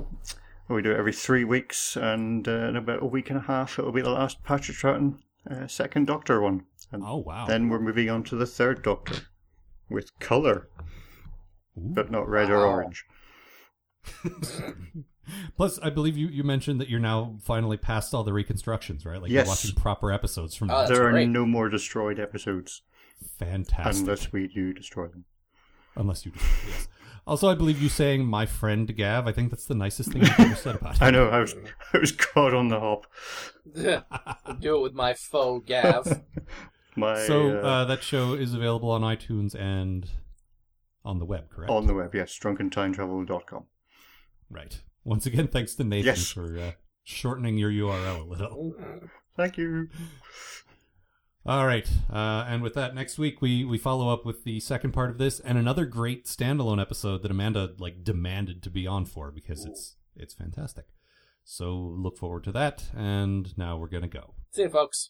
D: we do it every three weeks, and uh, in about a week and a half, it'll be the last Patrick Troughton uh, second Doctor one, and
B: oh wow
D: then we're moving on to the third Doctor with color,
B: Ooh.
D: but not red or
C: Wow.
D: orange.
B: plus i believe you you mentioned that you're now finally past all the reconstructions right like
D: Yes.
B: you're watching proper episodes from
C: Uh, That's
D: there are
C: great.
D: no more destroyed episodes
B: fantastic
D: unless we do destroy them.
B: unless you do yes also i believe you saying my friend gav i think that's the nicest thing you've ever said about him
D: I know I was I was caught on the hop.
C: Do it with my faux Gav.
D: My
B: So
D: uh,
B: uh, that show is available on iTunes and on the web, correct?
D: on the web, yes, drunkentimetravel.com.
B: right. Once again, thanks to Nathan
D: Yes.
B: for uh, shortening your URL a little.
D: Thank you.
B: All right, uh, and with that, next week we we follow up with the second part of this and another great standalone episode that Amanda like demanded to be on for because it's it's fantastic. So look forward to that. And now we're gonna go.
C: See you, folks.